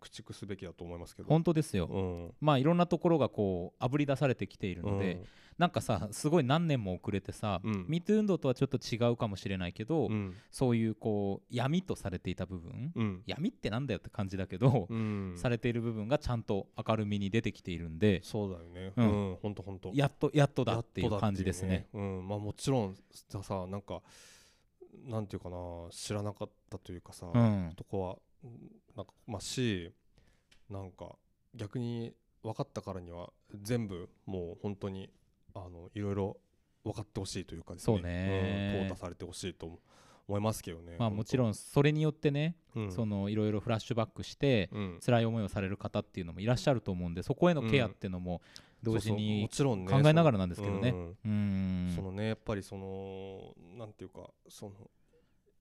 Speaker 2: 駆逐すべきだと思いますけど
Speaker 1: 本当ですよ、
Speaker 2: うん
Speaker 1: まあいろんなところがこうあぶり出されてきているので、
Speaker 2: うん
Speaker 1: なんかさすごい何年も遅れてさ、
Speaker 2: うん
Speaker 1: ミート運動とはちょっと違うかもしれないけど、
Speaker 2: うん
Speaker 1: そういうこう闇とされていた部分、
Speaker 2: うん
Speaker 1: 闇ってなんだよって感じだけど、
Speaker 2: うん
Speaker 1: されている部分がちゃんと明るみに出てきているんで、
Speaker 2: そうだよね
Speaker 1: う
Speaker 2: うんん本当本当
Speaker 1: やっとやっとだ
Speaker 2: や
Speaker 1: っ
Speaker 2: って
Speaker 1: いう感じですね。
Speaker 2: とだっていうね。うん、まあもちろんささなんかなんていうかな知らなかったというかさ、
Speaker 1: うん
Speaker 2: とこはうんなんかまあしなんか逆に分かったからには全部もう本当にあのいろいろ分かってほしいというかですね
Speaker 1: そうね
Speaker 2: うん淘汰されてほしいと思いますけどね
Speaker 1: まあもちろんそれによってね、
Speaker 2: ん、うん
Speaker 1: そのいろいろフラッシュバックして、
Speaker 2: うん
Speaker 1: 辛い思いをされる方っていうのもいらっしゃると思うんでそこへのケアっていうのも同時に
Speaker 2: そうそうもちろん
Speaker 1: 考
Speaker 2: ね
Speaker 1: えながらなんですけどね
Speaker 2: そのうん
Speaker 1: うー
Speaker 2: そ
Speaker 1: ん
Speaker 2: のねやっぱりそのなんていうかその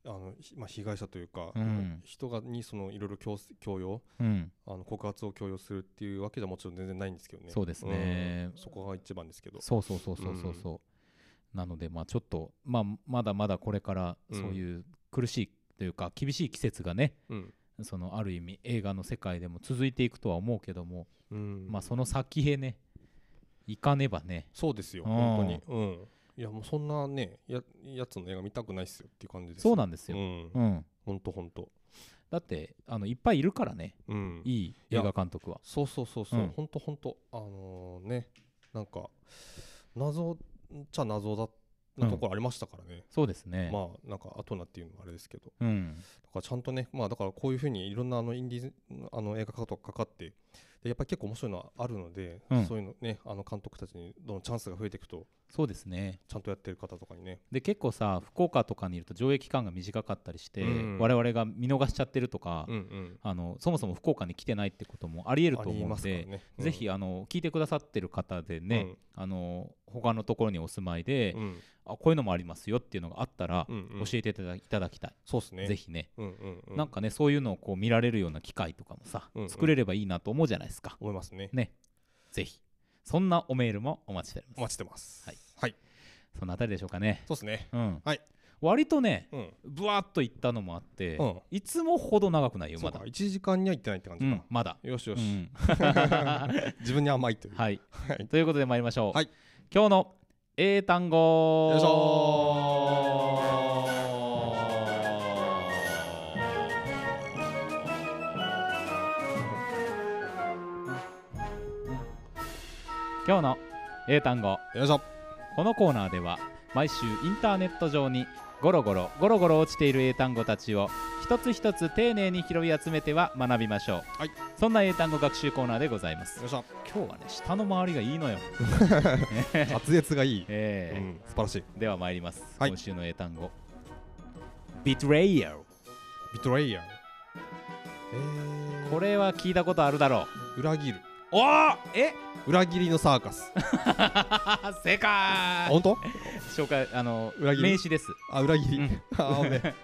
Speaker 2: あの、ひまあ、被害者というか、
Speaker 1: うん
Speaker 2: 人がにそのいろいろ強制強要
Speaker 1: うん
Speaker 2: あの告発を強要するっていうわけじゃもちろん全然ないんですけどね
Speaker 1: そうですね
Speaker 2: うんそこが一番ですけど
Speaker 1: そうそうそうそうそうそうなのでまあちょっとまあまだまだこれからそういう苦しいというか厳しい季節がね
Speaker 2: うん
Speaker 1: そのある意味映画の世界でも続いていくとは思うけども
Speaker 2: うん
Speaker 1: まあその先へね行かねばね
Speaker 2: そうですよ
Speaker 1: うん
Speaker 2: 本当にうんいやもうそんなねややつの映画見たくないっすよっていう感じです
Speaker 1: そう
Speaker 2: な
Speaker 1: なんですよ
Speaker 2: ん
Speaker 1: うん
Speaker 2: ほんとほんと
Speaker 1: だってあのいっぱいいるからね
Speaker 2: うん
Speaker 1: いい映画監督は
Speaker 2: そうそうそうそう、
Speaker 1: うん
Speaker 2: ほんとほんとあのねなんか謎っちゃ謎だなところありましたからね、
Speaker 1: そうですね
Speaker 2: まあなんか後なっていうのはあれですけど
Speaker 1: うん
Speaker 2: だからちゃんとねまあだからこういうふうにいろんなあのインディーズあの映画とかかかってでやっぱり結構面白いのはあるので、
Speaker 1: うん
Speaker 2: そういうのねあの監督たちにどんどんチャンスが増えていくと
Speaker 1: そうですね
Speaker 2: ちゃんとやってる方とかにね
Speaker 1: で結構さ福岡とかにいると上映期間が短かったりして、
Speaker 2: うん
Speaker 1: 我々が見逃しちゃってるとか、
Speaker 2: うんうん
Speaker 1: あのそもそも福岡に来てないってこともありえると
Speaker 2: あり
Speaker 1: 思う
Speaker 2: ま
Speaker 1: の
Speaker 2: すから
Speaker 1: で、
Speaker 2: ね、
Speaker 1: ぜひあの聞いてくださってる方でね、あの他のところにお住まいで、
Speaker 2: うんうん
Speaker 1: あこういうのもありますよっていうのがあったら、
Speaker 2: うんうん
Speaker 1: 教えていただいただきたい、
Speaker 2: そうですね
Speaker 1: ぜひね、
Speaker 2: うんうんうん
Speaker 1: なんかねそういうのをこう見られるような機会とかもさ、
Speaker 2: うんうん
Speaker 1: 作れればいいなと思うじゃないですか
Speaker 2: 思いますね
Speaker 1: ねぜひそんなおメールもお待ちしており
Speaker 2: お
Speaker 1: ま
Speaker 2: 待ち
Speaker 1: す
Speaker 2: してます
Speaker 1: はい、
Speaker 2: はい、
Speaker 1: そのあたりでしょうかね
Speaker 2: そうですね
Speaker 1: うん、
Speaker 2: はい
Speaker 1: 割とね、
Speaker 2: うん
Speaker 1: ぶわっと行ったのもあって、
Speaker 2: うん
Speaker 1: いつもほど長くないよ
Speaker 2: そう
Speaker 1: ま
Speaker 2: か
Speaker 1: だ
Speaker 2: 1時間には行ってないって感
Speaker 1: う
Speaker 2: じ
Speaker 1: ん
Speaker 2: か、
Speaker 1: まだ
Speaker 2: よしよ
Speaker 1: う
Speaker 2: し、
Speaker 1: ん
Speaker 2: 自分に甘いというい、
Speaker 1: はい
Speaker 2: はい、
Speaker 1: ということで参りましょう、
Speaker 2: はい
Speaker 1: 今日の英単語
Speaker 2: よいしょ
Speaker 1: 今日の英単語
Speaker 2: ーよいしょ
Speaker 1: このコーナーでは毎週インターネット上にゴロゴロゴロゴロ落ちている英単語たちを一つ一つ丁寧に拾い集めては学びましょう、
Speaker 2: はい
Speaker 1: そんな英単語学習コーナーでございます
Speaker 2: よいしょ
Speaker 1: 今日はね下の周りがいいのよ、
Speaker 2: 滑舌がいい、
Speaker 1: えー
Speaker 2: うん、素晴らしい
Speaker 1: では参ります、
Speaker 2: はい
Speaker 1: 今週の英単語 Betrayal
Speaker 2: ビトレイヤーえー、
Speaker 1: これは聞いたことあるだろ
Speaker 2: 裏切る
Speaker 1: うおーえ
Speaker 2: 裏切りのサー カス
Speaker 1: あ 正
Speaker 2: あ
Speaker 1: 解
Speaker 2: 本当
Speaker 1: 紹介あの
Speaker 2: 裏切り
Speaker 1: 名詞です
Speaker 2: あ裏切り、
Speaker 1: うん
Speaker 2: あー ね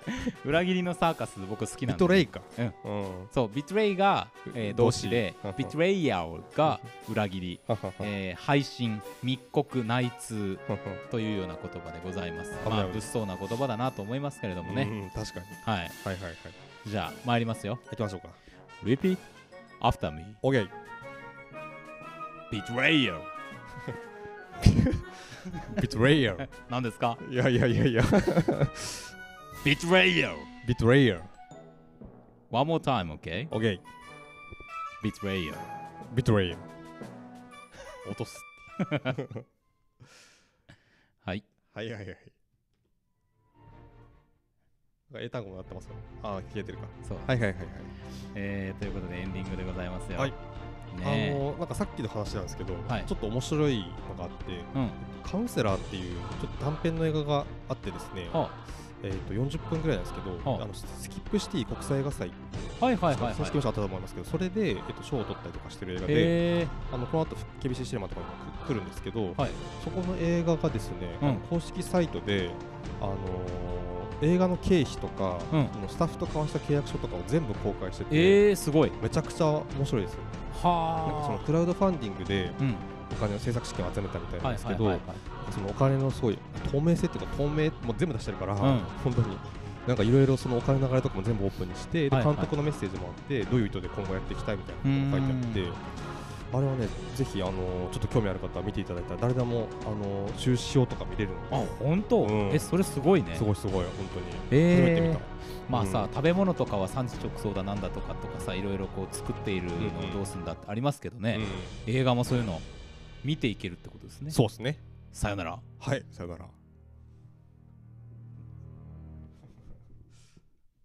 Speaker 1: 裏切りのサーカス僕好き
Speaker 2: ビ
Speaker 1: なんで
Speaker 2: トレイか
Speaker 1: うん
Speaker 2: うん
Speaker 1: そう Betray が、えー動詞で
Speaker 2: 動詞
Speaker 1: Betrayal が裏切り、
Speaker 2: ははは
Speaker 1: えー配信密告内通
Speaker 2: は
Speaker 1: というような言葉でございます
Speaker 2: 危ない
Speaker 1: まあ物騒な言葉だなと思いますけれど
Speaker 2: は
Speaker 1: もね、
Speaker 2: うんうん確かに
Speaker 1: はい
Speaker 2: はいはいはい
Speaker 1: じゃあ参りますよ
Speaker 2: 行きましょうか
Speaker 1: Repeat after me
Speaker 2: オッケー
Speaker 1: Betrayal
Speaker 2: ビトレイヤー
Speaker 1: 何ですか
Speaker 2: いやいやいやいや
Speaker 1: Betrayal
Speaker 2: ビトレイヤー
Speaker 1: One more time, okay?
Speaker 2: オッケー
Speaker 1: Betrayal
Speaker 2: ビトレイヤー落とす
Speaker 1: はい
Speaker 2: はいはいはいなんか英単語になってますよああ消えてるか
Speaker 1: そう、
Speaker 2: はいはいはいはい
Speaker 1: えーということでエンディングでございますよ
Speaker 2: はい
Speaker 1: ね
Speaker 2: あ
Speaker 1: え
Speaker 2: のなんかさっきの話なんですけど、
Speaker 1: はい
Speaker 2: ちょっと面白いのがあって、
Speaker 1: うん
Speaker 2: カウンセラーっていうちょっと短編の映画があってですね、
Speaker 1: は
Speaker 2: えー、と40分ぐらいなんですけど、
Speaker 1: はあ
Speaker 2: あのススキップシティ国際映画祭、
Speaker 1: はいはいはい
Speaker 2: そ
Speaker 1: はい
Speaker 2: のスキップシティあったと思いますけど、それで、えー、と賞を取ったりとかしてる映画で、
Speaker 1: え
Speaker 2: あのこの後厳しいシネマとかにも来来るんですけど、
Speaker 1: ー、はい
Speaker 2: そこの映画がですね、
Speaker 1: うん
Speaker 2: あの公式サイトで、あのー映画の経費とか、
Speaker 1: うん
Speaker 2: そのスタッフと交わした契約書とかを全部公開してて、
Speaker 1: えー、すごい
Speaker 2: めちゃくちゃ面白いですよ。なんかその
Speaker 1: はあ
Speaker 2: クラウドファンディングで
Speaker 1: うん
Speaker 2: お金の制作資金を集めたみたいなん
Speaker 1: はい
Speaker 2: です
Speaker 1: は
Speaker 2: け
Speaker 1: い
Speaker 2: ど、
Speaker 1: はいはい
Speaker 2: そのお金のすごい透明性っていうか透明もう全部出してるから、
Speaker 1: ん
Speaker 2: 本当になんかいろいろそのお金の流れとかも全部オープンにして、で
Speaker 1: はいはい
Speaker 2: 監督のメッセージもあってどういう意図で今後やっていきたいみたいなことが書いてあって。あれはね、ぜひ、あのーちょっと興味ある方は見ていただいたら誰でも、あのー、収支表とか見れるので、
Speaker 1: あ本当、
Speaker 2: うん
Speaker 1: えそれすごいね
Speaker 2: すごいすごい、本当に、
Speaker 1: えー
Speaker 2: 初めて見た。
Speaker 1: まあさ、
Speaker 2: うん
Speaker 1: 食べ物とかは産地直送だなんだとかとかさいろいろこう作っているのをどうすんだってありますけどね、
Speaker 2: う
Speaker 1: 映画もそういうの見ていけるってことですね
Speaker 2: んそうですね。
Speaker 1: さよなら
Speaker 2: はい、さよなら。